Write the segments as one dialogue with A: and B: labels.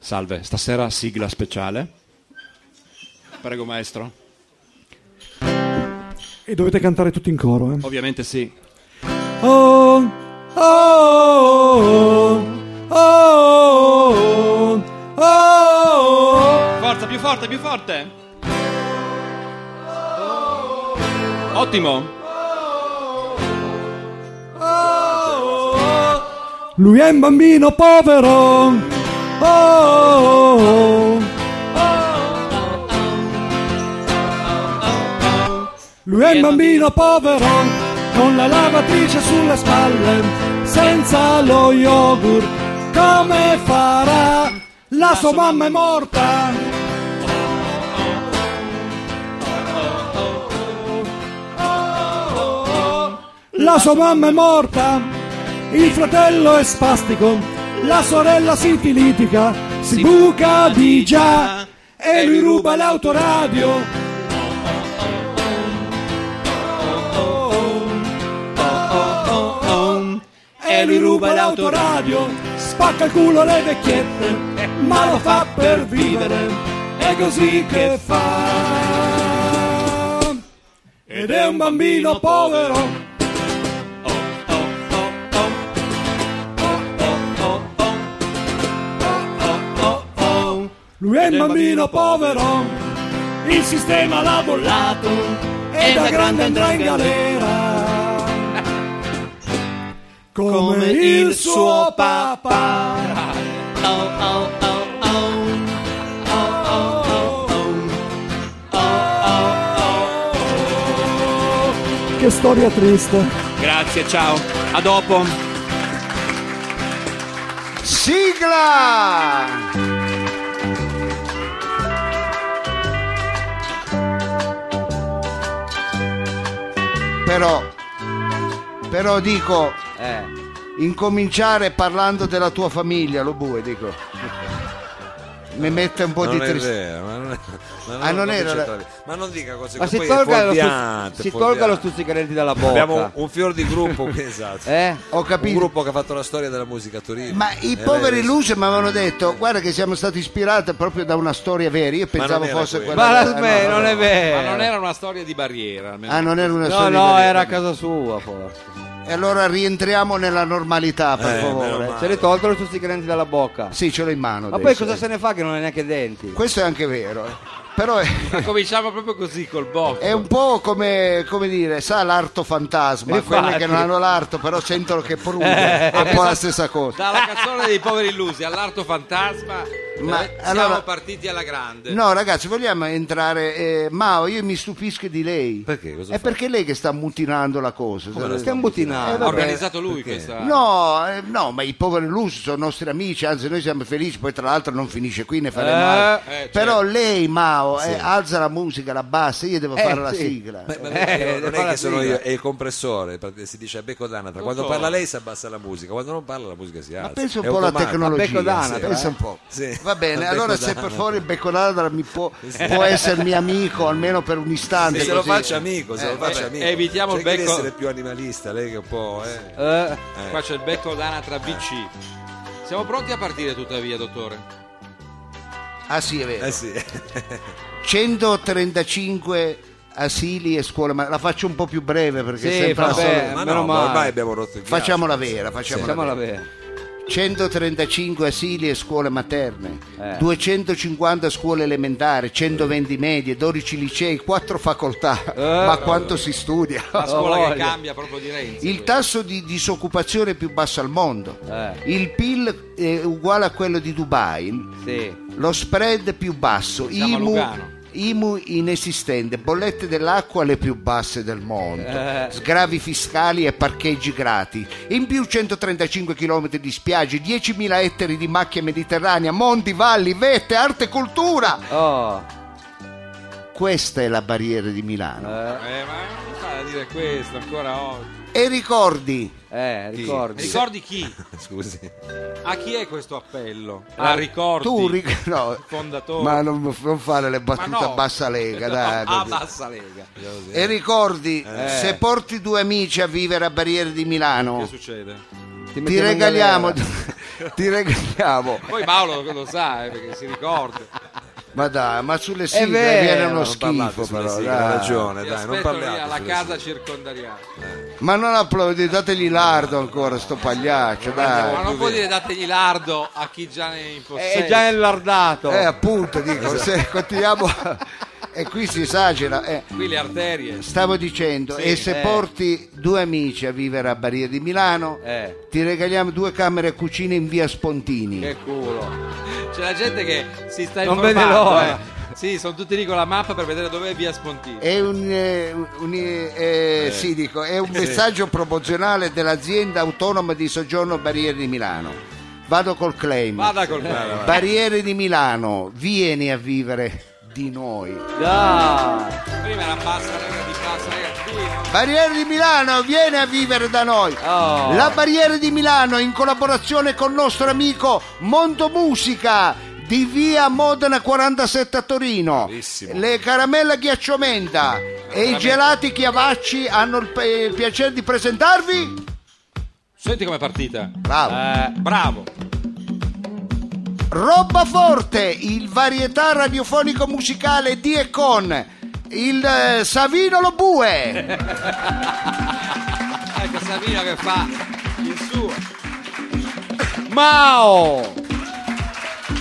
A: Salve, stasera sigla speciale. Prego maestro.
B: E dovete cantare tutti in coro, eh.
A: Ovviamente sì.
B: Oh, oh, oh, oh, oh, oh, oh.
A: Forza, più forte, più forte. Ottimo.
B: Lui è un bambino povero. Oh, oh, oh. Lui è un bambino povero, con la lavatrice sulle spalle, senza lo yogurt. Come farà? La sua mamma è morta. La sua mamma è morta, il fratello è spastico, la sorella si tilitica, si buca di già e lui ruba l'autoradio. e lui ruba l'autoradio, spacca il culo alle vecchiette, ma lo fa per vivere, è così che fa. Ed è un bambino povero. Lui è un bambino povero, il sistema l'ha bollato e da grande andrà in galera. Come il suo papà. Che storia triste.
A: Grazie, ciao. A dopo.
C: Sigla! Però, però dico,
D: Eh.
C: incominciare parlando della tua famiglia, lo bue, dico. Mi mette un po'
D: Non
C: di
D: è
C: tristezza.
D: vero, ma non, è- ma
C: Ah, non
D: comincia
C: era la-
D: a trovare- ma non dica cose
E: Ma
D: che
E: si
D: poi è
E: tolga, lo,
D: fuorviante,
E: stuzz- si
D: fuorviante.
E: tolga lo stuzzicaretti dalla bocca.
D: Abbiamo un, un fior di gruppo qui, esatto.
E: Eh?
C: Ho
D: Un
C: capito.
D: gruppo che ha fatto la storia della musica a Torino.
C: Ma i
D: Eh,
C: poveri
D: lei-
C: luce mi avevano detto, guarda che siamo stati ispirati proprio da una storia vera, io pensavo
D: non era
C: fosse
D: quella.
C: quella.
E: Ma la
C: eh,
E: smetti,
C: no, no.
E: non è vero.
A: Ma non era una storia di barriera, almeno.
C: Ah, non era una
E: No,
C: storia
E: no,
C: vera.
E: era a casa sua forse.
C: E allora rientriamo nella normalità, per
D: Eh, meno
C: favore.
D: male.
E: Se le tolgono i stuzzicaretti dalla bocca.
C: Sì, ce l'ho in mano.
E: Ma poi
C: adesso,
E: cosa
C: eh.
E: se ne fa che non ha neanche i denti?
C: Questo è anche vero. eh. Però è,
A: Ma cominciamo proprio così col botto.
C: è un po' come, come dire, sa l'arto fantasma, quelli
E: Infatti. Esatto.
C: che non hanno l'arto però sentono che prude, è un po' la stessa cosa.
A: Dalla canzone dei poveri illusi all'arto fantasma,
C: Ma,
A: eh, siamo
C: allora-
A: partiti alla grande.
C: No ragazzi, vogliamo entrare... eh, Mao, io mi stupisco di lei.
D: Perché? Cosa
C: è
D: fa?
C: perché lei che sta mutinando la cosa.
D: Come la sta
E: Stiamo
C: Eh,
E: buttinando.
A: ha
C: vabbè.
A: organizzato lui
D: perché?
A: questa.
C: No, eh, no, ma i poveri Lus sono nostri amici, anzi noi siamo felici, poi tra l'altro non finisce qui, ne faremo
E: Eh,
C: altri.
A: eh,
D: certo.
C: Però lei, Mao, eh, alza la musica, la bassa, io devo
E: Eh,
C: fare la
E: sì.
C: sigla.
D: Beh, ma
E: Eh,
D: io- non
E: fa
D: è
E: la
D: che sono
E: sigla.
D: io, è il compressore, perché si dice a becco d'anatra. Quando
A: so.
D: parla lei si abbassa la musica, quando non parla la musica si
C: Ma
D: alza.
C: pensa
D: È
C: un po' alla
D: automatico.
C: tecnologia,
E: becco d'anatra,
C: sì, pensa
E: eh.
C: un po'.
D: Sì.
C: Va bene,
D: Becco
C: allora se
D: d'anatra.
C: per favore il becco d'anatra mi può, può essere mio amico almeno per un istante.
D: Se lo
C: così.
D: faccia amico, se
C: Eh,
D: lo faccia
A: vabbè,
D: amico.
A: evitiamo il
D: Cerchi di
A: becco-
D: essere più animalista, lei che può... Eh.
E: Eh,
A: Qua c'è il becco d'anatra BC. Siamo pronti a partire tuttavia, dottore?
C: Ah sì, è vero.
D: Eh sì.
C: 135 asili e scuole, ma la faccio un po' più breve perché
E: Sì,
C: sembra
E: vabbè,
C: solo...
D: ma
E: meno
D: no, ma
E: male.
D: ormai abbiamo rotto il ghiaccio.
C: Facciamola vera, facciamola
E: Facciamola
C: vera.
E: vera.
C: 135 asili e scuole materne,
E: Eh.
C: 250 scuole elementari, 120 medie, 12 licei, 4 facoltà. Ma quanto si studia!
A: Eh. La scuola che
E: voglio.
A: cambia proprio di Renzi.
C: Il tasso di disoccupazione più basso al mondo,
E: Eh.
C: il PIL è eh, uguale a quello di Dubai,
E: Sì.
C: lo spread più basso,
A: Siamo a
C: IMU,
A: Lugano.
C: IMU inesistente, bollette dell'acqua le più basse del mondo,
E: Eh.
C: sgravi fiscali e parcheggi gratis, in più 135 km di spiagge, 10.000 ettari di macchia mediterranea, monti, valli, vette, arte e cultura.
E: Oh.
C: Questa è la barriera di Milano.
E: Eh,
A: Eh, ma non fa a dire questo ancora oggi.
C: E ricordi,
E: eh, ricordi.
A: Ricordi chi?
D: Scusi.
A: A chi è questo appello? La ricordi?
C: tu ric- no,
A: Fondatore.
C: ma non, non fare le
A: Ma
C: battute
A: no.
C: a bassa lega, dai.
A: Ah,
C: per-
A: bassa lega.
C: E ricordi,
D: Eh.
C: se porti due amici a vivere a Barriere di Milano,
A: Che succede?
E: Ti
C: ti
E: mettiamo in
C: regaliamo,
E: galera.
C: ti regaliamo.
A: Poi Paolo lo sa, eh, perché si ricorda.
C: Ma dai, ma sulle sigle
E: vero,
C: viene uno
D: non parlate
C: schifo,
D: sulle
C: però.
D: sigle,
C: dai.
D: ha ragione,
A: Ti
D: dai, non
A: aspettano lì
D: parliamo
A: alla
D: sulle
A: casa circondariale.
C: Ma non applaudi, dategli lardo ancora, sto pagliaccio,
A: Ma
C: dai.
A: non può dire dategli lardo a chi già ne è in possesso.
E: È già Esatto. enlardato.
C: Eh, appunto, dico, se continuiamo. e qui si esagera. eh.
A: Qui le arterie.
C: Stavo dicendo, e se
E: eh.
C: porti due amici a vivere a Baria di Milano,
E: Eh.
C: ti regaliamo due camere e cucine in via Spontini.
E: Che culo.
A: C'è la gente che si sta
E: Non
A: informando.
E: vede l'ora.
A: eh. Sì, sono tutti lì con la mappa per vedere dove è via Spontino.
C: È un, eh, un- eh, sì, dico, è un messaggio promozionale dell'azienda autonoma di soggiorno Barriere di Milano. Vado col claim. Eh.
A: Vada col bravo.
C: Barriere di Milano, vieni a vivere di noi.
E: Dai.
A: Prima era bassa, era di bassa, era qui. eh.
C: Barriere di Milano, vieni a vivere da noi.
E: Oh.
C: La Barriere di Milano in collaborazione con il nostro amico Mondo Musica di via Modena 47 a Torino.
D: Bravissimo.
C: Le caramelle ghiacciomenta e i gelati chiavacci hanno il, pe- il piacere di presentarvi.
A: Senti com'è partita.
C: Bravo.
A: Eh, bravo.
C: Roba Forte, il varietà radiofonico musicale di e con il eh, Savino Lobue.
A: Ecco Savino che fa il suo.
E: Mao.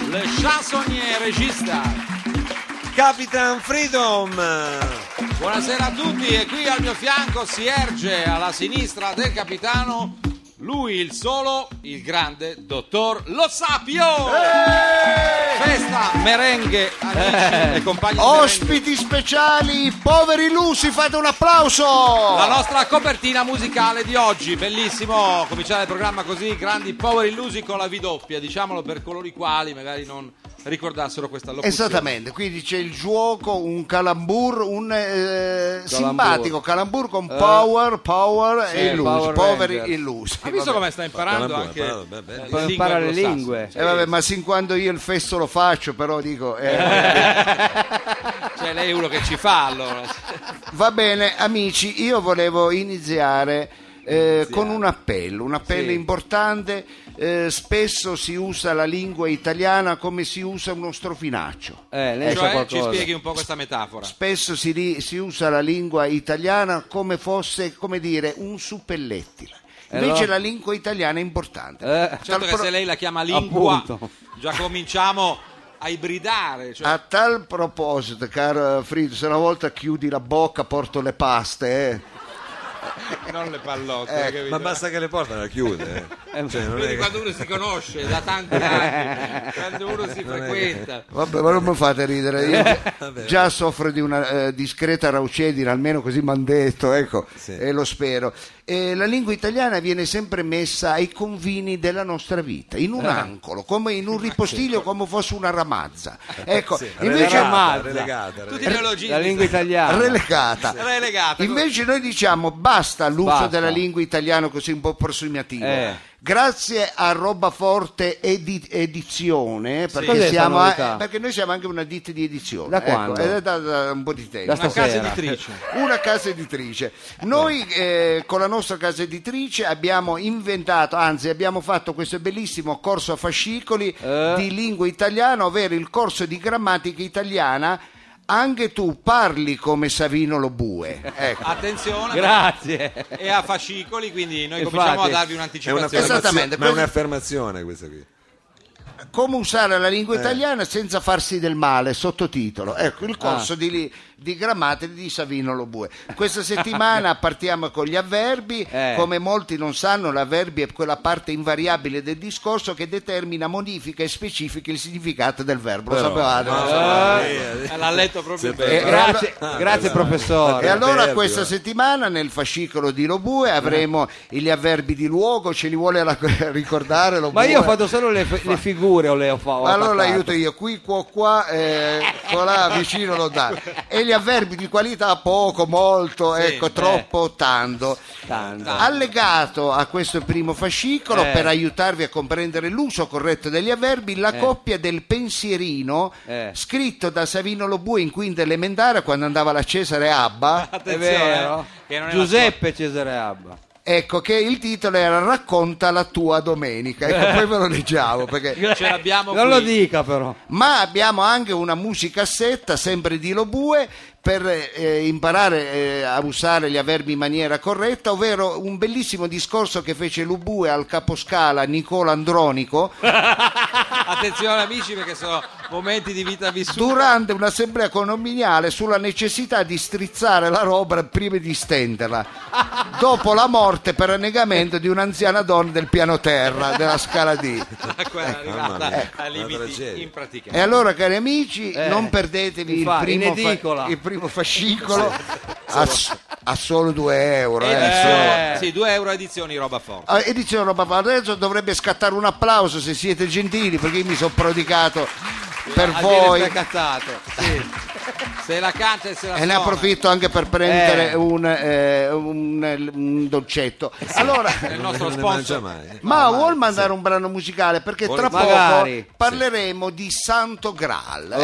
A: Le chansonnier regista.
D: Capitan Freedom!
A: Buonasera a tutti e qui al mio fianco si erge alla sinistra del capitano lui il solo, il grande dottor Lo Sapio. Festa, merengue, amici e compagni. di merengue.
C: Ospiti speciali, poveri lusi, fate un applauso.
A: La nostra copertina musicale di oggi, bellissimo cominciare il programma così, grandi power illusi con la V doppia, diciamolo per coloro i quali magari non ricordassero questa locuzione.
C: Esattamente, quindi c'è il gioco, un calambur, un eh, simpatico calambur con power, power e cioè, illusi,
E: Eh. Power
C: poveri
E: Ranger.
C: illusi.
A: Ha visto come sta imparando
D: Parla un po',
A: anche
D: parla, beh, beh.
E: Poi impara le
A: anglosassone?
E: lingue.
C: E Eh, vabbè, ma sin quando io il festo lo faccio, però dico... eh,
A: Cioè lei è uno che ci fa allora.
C: Va bene, amici, io volevo iniziare eh, con un appello, un appello importante. Eh, spesso si usa la lingua italiana come si usa Ecco. uno strofinaccio.
E: Eh, lei sa
A: Cioè, ci
E: qualcosa.
A: spieghi un po' questa metafora.
C: Spesso si, ri- si usa la lingua italiana come fosse, come dire, un suppellettile.
D: Eh,
C: Invece
E: allora?
C: la lingua italiana è importante.
E: Eh.
C: Tal
A: Certo che
C: pro-
A: se lei la chiama lingua,
E: Appunto.
A: già cominciamo a ibridare. Cioè,
C: A tal proposito, caro Frido, se una volta chiudi la bocca porto le paste. eh.
A: non le
C: Ecco,
A: pallotte, capito?
D: Ma basta che le portano la chiude. eh. Cioè, non è
A: Vedi
D: che-
A: quando uno si conosce da tanti anni, quando uno si frequenta.
C: Vabbè, ma non mi fate ridere. Io già-
D: Vabbè.
C: già soffro di una eh, discreta raucedine, almeno così mi hanno detto, ecco,
D: Sì.
C: e lo spero. Eh, la lingua italiana viene sempre messa ai confini della nostra vita, in
D: Ah.
C: un angolo, come in un ripostiglio, come fosse una ramazza. Ecco,
D: Sì,
C: invece
D: relegata,
E: ammazza.
D: relegata,
A: Tutti
D: relegata.
A: i neologismi.
E: La lingua italiana.
C: relegata.
A: Relegata.
C: Invece noi diciamo basta l'uso
E: Basta.
C: della lingua italiana così un po' prossimativo.
E: Eh.
C: Grazie a Robaforte Edi- Edizione, perché,
E: Cos'è
C: siamo
E: sta
C: a-
E: novità?
C: perché noi siamo anche una ditta di edizione.
E: Da
C: ecco,
E: quando?
C: è da, da un po' di tempo.
E: Da
A: una casa
E: stasera.
A: editrice.
C: Una casa editrice. Noi eh, con la nostra casa editrice abbiamo inventato, anzi abbiamo fatto questo bellissimo corso a fascicoli
E: Eh.
C: di lingua italiana, ovvero il corso di grammatica italiana. Anche tu parli come Savino Lobue. Ecco.
A: Attenzione.
E: Grazie.
A: e a fascicoli, quindi noi
E: Infatti.
A: cominciamo a darvi
D: È
A: un'anticipazione.
D: un'affermazione,
C: Esattamente,
D: ma è
C: questo-
D: un'affermazione questa qui.
C: Come usare la lingua italiana senza farsi del male, sottotitolo. Ecco il corso di, li- di grammatica di Savino Lobue. Questa settimana partiamo con gli avverbi.
E: Eh.
C: Come molti non sanno, l'avverbio è quella parte invariabile del discorso che determina, modifica e specifica il significato del verbo. Lo sapevate?
D: Mamma mia.
A: Eh, L'ha letto proprio
D: Sì,
A: bene.
C: Eh,
E: Grazie, grazie
C: E
E: professore.
C: allora
D: Avverbio,
C: questa
D: eh.
C: settimana nel fascicolo di Lobue avremo gli avverbi di luogo, ce li vuole ra- ricordare Lobue.
E: Ma io ho fatto solo le, f- le figure o le ho fatto.
C: Ma allora aiuto io, qui, qua, qua, eh, colà, vicino, lontano. E gli avverbi di qualità poco, molto, ecco, troppo, tanto.
E: eh. Tanto.
C: Allegato a questo primo fascicolo,
E: Eh.
C: per aiutarvi a comprendere l'uso corretto degli avverbi, la coppia del pensierino,
E: Eh.
C: scritto da Savino Lobue in quinta elementare quando andava alla Cesare Abba.
E: È
A: Attenzione,
E: vero.
A: eh, che non è la
E: Giuseppe Cesare Abba.
C: Ecco che il titolo era Racconta la tua domenica.
E: Eh.
C: Ecco, poi ve lo leggiamo perché
A: Ce l'abbiamo
E: Non
A: qui.
E: lo dica però.
C: ma abbiamo anche una musicassetta sempre di Lobue per eh, imparare eh, a usare gli avverbi in maniera corretta, ovvero un bellissimo discorso che fece Lobue al caposcala Nicola Andronico
A: Attenzione amici perché sono momenti di vita vissuta.
C: durante un'assemblea condominiale sulla necessità di strizzare la roba prima di stenderla, dopo la morte per annegamento di un'anziana donna del piano terra della scala D.
A: Quella è
D: Ecco, mamma
A: arrivata
D: mia,
A: a
D: una
A: limiti
D: tragedia.
C: E
A: impraticabili.
C: allora, cari amici,
A: Eh,
C: non perdetevi il
E: infatti,
C: primo,
E: in edicola.
C: il primo fascicolo a, s- a solo 2 euro. eh, insomma.
A: Eh, sì, 2 euro edizioni roba forte.
C: Ah, E dicevo, papà, adesso dovrebbe scattare un applauso se siete gentili, perché io mi sono prodigato per
A: Ah,
E: A dire
C: voi.
E: ste cazzate.
A: Se la canta e se la
C: E ne
A: suona.
C: approfitto anche per prendere
E: Eh.
C: un, eh, un- un dolcetto. Allora,
A: È il
D: non
A: nostro
D: ne mangia
A: sponsor.
D: mai. eh.
C: ma vuol mandare un brano musicale? Perché tra
E: Magari.
C: poco parleremo di Santo Graal. ecco.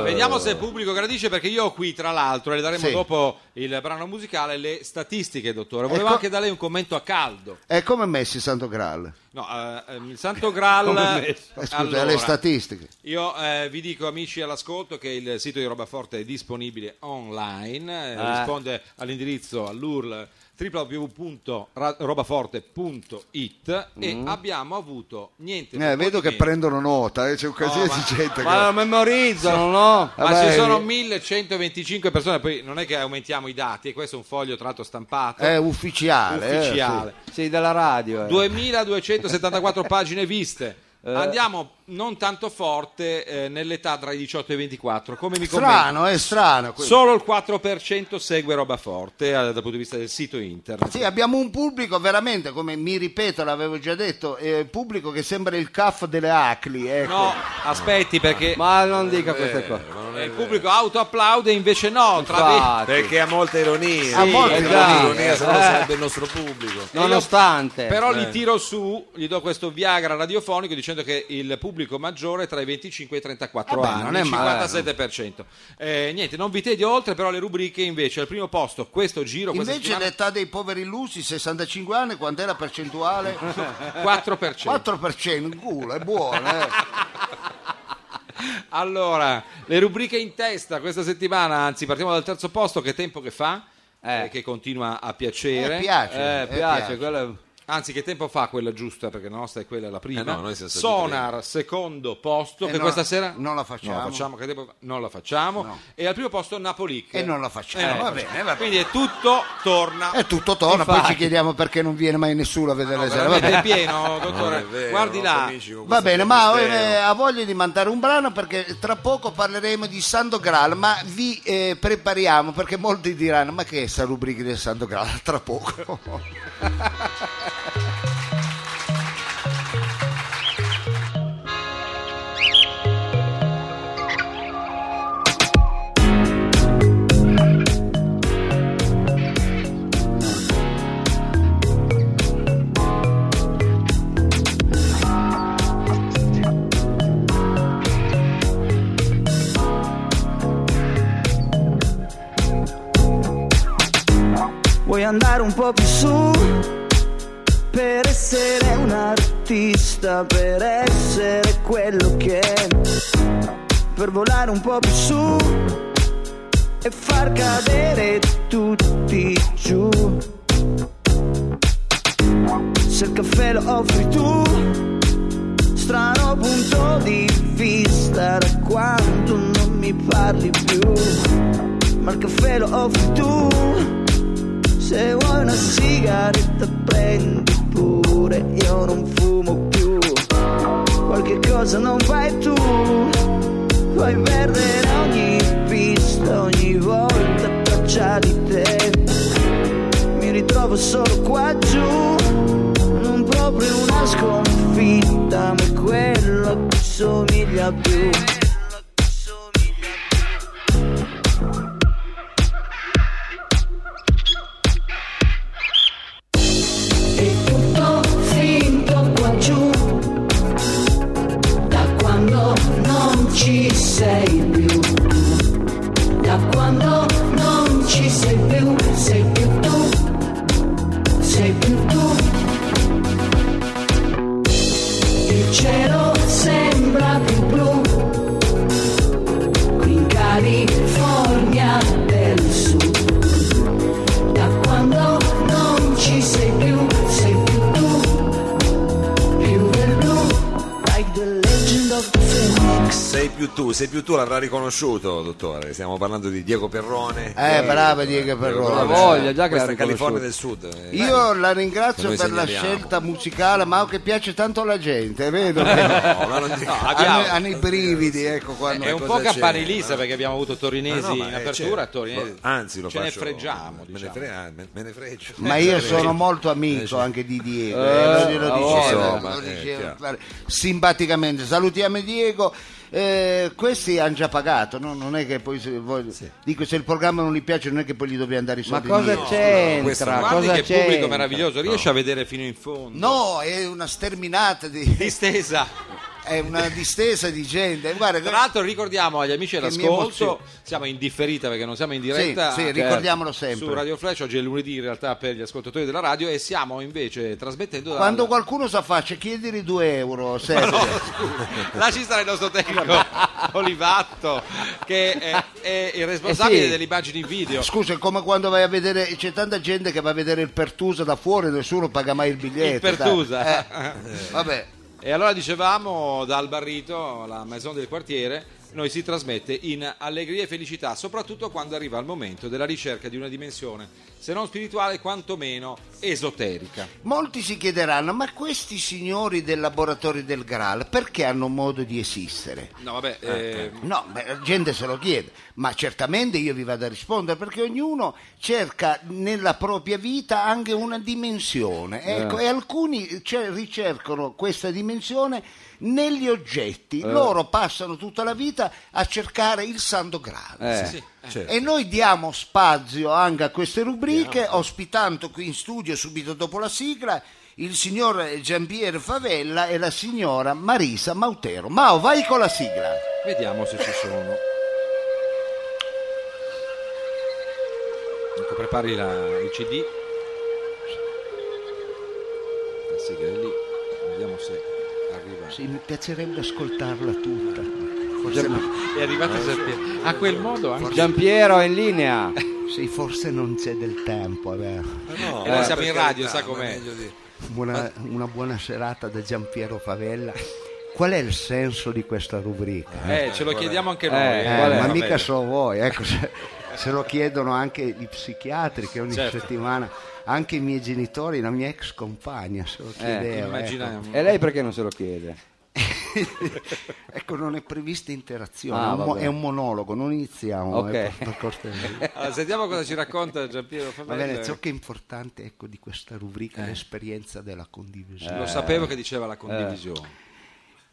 A: Eh. Ah, Vediamo se il pubblico gradisce perché io ho qui tra l'altro e le daremo
C: Sì.
A: dopo il brano musicale le statistiche, dottore. Volevo
C: Ecco.
A: anche da lei un commento a caldo.
C: E come è messo il Santo Graal?
A: No, eh, ehm, il Santo Graal.
E: Come
C: Eh, scusa,
A: Allora,
C: le statistiche.
A: Io eh, vi dico amici all'ascolto che il sito di Robaforte è disponibile online, eh,
E: Ah.
A: risponde all'indirizzo all'URL www.robaforte.it e abbiamo avuto niente
C: Mm. Eh,
A: per
C: vedo
A: pochi
C: che
A: mesi-
C: prendono nota, eh, c'è un casino
A: No,
C: di
A: ma-
C: gente.
E: Ma lo
C: Che...
E: memorizzano, no?
A: ma
C: Vabbè,
A: ci sono
C: eh.
A: 1125 persone, poi non è che aumentiamo i dati, e questo è un foglio tra l'altro stampato
E: Eh, uh.
C: È Eh, ufficiale. eh,
A: ufficiale.
E: Sei della radio. eh.
A: 2274 pagine viste. Andiamo non tanto forte eh, nell'età tra i 18 e i 24, come mi
C: sì.
A: commenti?
C: Strano, è strano. questo.
A: Solo il 4% segue roba forte eh, dal punto di vista del sito internet.
C: Sì, abbiamo un pubblico veramente, come mi ripeto, l'avevo già detto, eh, pubblico che sembra il CAF delle Acli. Ecco.
A: No, aspetti perché
E: Ma non dica queste cose.
A: eh, il pubblico autoapplaude invece no, tra
E: Infatti.
D: Perché ha molta ironia. esatto.
C: Ha molta
D: Perché
E: ironia.
D: ironia, se no
E: Eh.
D: sarebbe il nostro pubblico.
A: io-
E: Nonostante.
A: Però
C: Eh.
A: li tiro su, gli do questo Viagra radiofonico dicendo che il pubblico maggiore è tra i 25 e i 34
C: Eh beh,
A: anni,
C: non è male,
A: 57%. Eh, niente, non vi tedio oltre, però le rubriche invece al primo posto questo giro, questa
C: Invece l'età dei poveri illusi, 65 anni, quant'è la percentuale?
A: settimana, 4%.
C: 4%, in culo, è buono. eh.
A: Allora, le rubriche in testa questa settimana, anzi partiamo dal terzo posto, che tempo che fa?
E: Eh.
A: Eh, che continua a piacere.
C: Eh, piace.
E: Eh,
C: Eh,
E: piace,
C: piace.
E: quello è-
A: Anzi, che tempo fa quella giusta? Perché la nostra è quella la prima.
D: Eh no, noi siamo stati
A: Sonar, secondo posto.
C: Eh
A: che
C: no,
A: questa sera
C: non la facciamo.
A: Non la facciamo. Che tempo fa? Non la facciamo. E al primo posto Napoli. che-
C: E non la facciamo,
A: non la
C: va bene,
A: facciamo.
C: va bene.
A: Quindi è tutto torna.
C: E tutto torna, poi
E: Infatti.
C: ci chiediamo perché non viene mai nessuno a vedere
A: No,
C: le sere.
A: veramente
C: Vabbè.
A: è pieno,
D: Non
A: dottore.
D: è vero,
A: Guardi
D: non
A: là.
D: cominci con
C: Va
D: questo
C: bene, ma eh,
D: mistero.
C: ha voglia di mandare un brano perché tra poco parleremo di Santo Graal, ma vi eh, prepariamo perché molti diranno ma che è sta rubrica del Santo Graal tra poco.
F: Vuoi andare un po' più su? Per essere un artista, per essere quello che è. Per volare un po' più su e far cadere tutti giù. Se il caffè lo offri tu, strano punto di vista da quando non mi parli più. Ma il caffè lo offri tu. Se vuoi una sigaretta prendi pure, io non fumo più. Qualche cosa non fai tu, vuoi perdere ogni pista, ogni volta traccia di te. Mi ritrovo solo qua giù, non proprio una sconfitta, ma quello che somiglia più.
G: E tutto finto qua giù, da quando non ci sei più, da quando non ci sei più, sei più tu, sei più tu.
D: Sei più tu, sei più tu, l'avrà riconosciuto, dottore. Stiamo parlando di Diego Perrone.
C: Eh, brava Diego Perrone.
E: Ha voglia, già che
D: eh, Questa
E: l'ha
D: California del Sud. eh.
C: Io la
D: Che
C: ringrazio
D: noi
C: per la
D: segnaliamo.
C: scelta musicale, ma che piace tanto alla gente, vedo che
D: No, ma non dico-
A: abbiamo-
C: hanno, hanno i brividi, ecco quando.
A: È un po'
D: cosa c'è?
A: Campanilisa perché abbiamo avuto
D: Ma
A: Torinesi
D: no, ma,
A: in
D: eh,
A: apertura,
D: certo.
A: Torinesi.
D: Anzi, lo
A: ce
D: faccio-
A: ne freggiamo.
D: Me ne,
A: diciamo.
D: fre- ah, me- me ne fregio.
C: Ma
A: Eh,
C: io sono molto amico anche di Diego, eh, lo glielo
E: a
C: dicevo,
E: voglia,
C: lo
D: insomma, eh,
C: dicevo,
D: chiaro.
C: guarda, simpaticamente. Salutiamo Diego. eh, questi hanno già pagato, no? non è che poi se, voi- dico se il programma non gli piace non è che poi gli dobbiamo andare i
E: Ma
C: soldi.
E: cosa
C: indietro.
D: questo-
E: c'entra?
A: Guardi
E: Cosa
A: che pubblico
E: c'entra?
A: meraviglioso, riesce a vedere fino in fondo.
C: No, è una sterminata di,
A: Distesa.
C: è una distesa di gente. Guarda,
A: Tra l'altro ricordiamo agli amici
C: mi
A: dell'ascolto,
C: emoziona.
A: siamo in differita perché non siamo in diretta.
C: sì,
A: eh,
C: ricordiamolo sempre.
A: Su Radio Flash, oggi è lunedì in realtà per gli ascoltatori della radio e stiamo invece trasmettendo dalla-
C: quando qualcuno sa faccia chiedere 2 euro, serve.
A: Lasci stare il nostro tecnico Olivatto, che è, è il responsabile
E: Eh sì.
A: delle immagini in video.
C: Scusa, è come quando vai a vedere, c'è tanta gente che va a vedere il Pertusa da fuori, nessuno paga mai il biglietto.
A: Il Pertusa.
C: dai. Eh, vabbè,
A: E allora dicevamo dal Barrito, la maison del quartiere, noi si trasmette in allegria e felicità, soprattutto quando arriva il momento della ricerca di una dimensione, se non spirituale, quantomeno esoterica.
C: molti si chiederanno, ma questi signori del laboratorio del Graal perché hanno modo di esistere?
A: No, vabbè, eh,
C: Ah, ecco. No, beh, la gente se lo chiede, ma certamente io vi vado a rispondere perché ognuno cerca nella propria vita anche una dimensione ecco, e alcuni cioè, ricercano questa dimensione negli oggetti, loro passano tutta la vita a cercare il santo graal.
E: Eh.
A: sì.
D: Certo.
C: E noi diamo spazio anche a queste rubriche, ospitando qui in studio subito dopo la sigla il signor Giampier Favella e la signora Marisa Mautero. Mao, vai con la sigla.
A: Vediamo se ci sono. Ecco, prepari la- il CD. La sigla Eh, è lì. Vediamo se arriva.
C: Sì, mi piacerebbe ascoltarla tutta. Eh. Forse,
A: Gian- È arrivato Giampiero. Eh, A quel modo anche. Eh.
E: Giampiero è in linea.
C: non- sì, forse non c'è del tempo.
A: Ah,
C: vabbè.
D: No,
A: E noi
D: eh,
A: siamo in
D: per
A: radio,
D: carità,
A: sa
D: ma
A: com'è.
D: meglio di-
C: Buona- una buona serata da Giampiero Favella. Qual è il senso di questa rubrica?
A: Eh, ce lo chiediamo anche noi.
E: Eh,
A: eh.
C: Eh,
E: qual è?
C: ma
A: Vabbè.
C: mica solo voi, ecco, se, se lo chiedono anche gli psichiatri che ogni
A: Certo.
C: settimana, anche i miei genitori, la mia ex compagna se lo
E: Eh.
C: chiedeva. ecco.
A: Immaginiamo.
E: E lei perché non se lo chiede?
C: Ecco, non è prevista interazione, è
E: Ah,
C: un mo-
E: vabbè.
C: è un monologo, non iniziamo.
E: Ok.
C: ecco, per cortesia.
A: Allora, sentiamo cosa ci racconta Giampiero
C: Va
A: Favella.
C: bene, ciò che è importante ecco, di questa rubrica è l'esperienza della condivisione. Eh.
A: Lo sapevo che diceva la condivisione.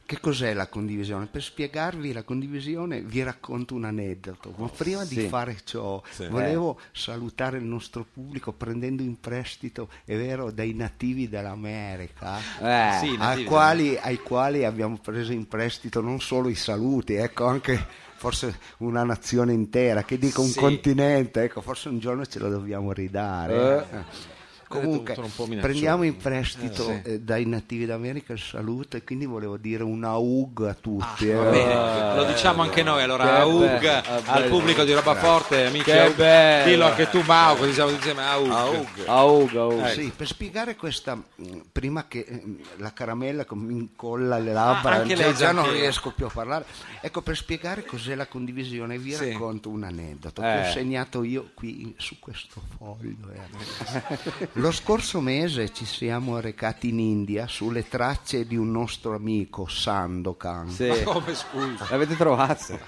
C: Che cos'è la condivisione? Per spiegarvi la condivisione vi racconto un aneddoto, ma prima di fare ciò volevo salutare il nostro pubblico prendendo in prestito, è vero, dai nativi dell'America.
E: Eh.
A: Sì,
C: ai,
A: nativi.
C: quali, ai quali abbiamo preso in prestito non solo i saluti, ecco, anche forse una nazione intera, che dico un
A: Sì.
C: continente, ecco, forse un giorno ce la dobbiamo ridare. Eh. Comunque,
A: sono un po' minaccioso.
C: prendiamo in prestito eh, dai nativi d'America il saluto e quindi volevo dire un aug a tutti. eh.
A: Ah, Va bene, lo diciamo anche noi allora
E: Che
A: Aug
E: bello, ah,
A: al
E: bello.
A: pubblico di roba forte amici
E: Che
A: Aug,
E: bello.
A: dillo anche tu Mao così siamo tutti diciamo insieme Aug,
E: Auga, auga.
C: Sì, per spiegare questa, mh, prima che mh, la caramella com- mi incolla le
A: Ah,
C: labbra,
A: anche
C: già-
A: lei,
C: già non
A: Giampiero.
C: riesco più a parlare. Ecco, per spiegare cos'è la condivisione vi
A: Sì.
C: racconto un aneddoto
E: Eh.
C: che ho segnato io qui in- su questo foglio. eh. Lo scorso mese ci siamo recati in India sulle tracce di un nostro amico, Sandokan.
A: Ma
E: Sì.
A: come scusa Cioè,
E: L'avete trovato?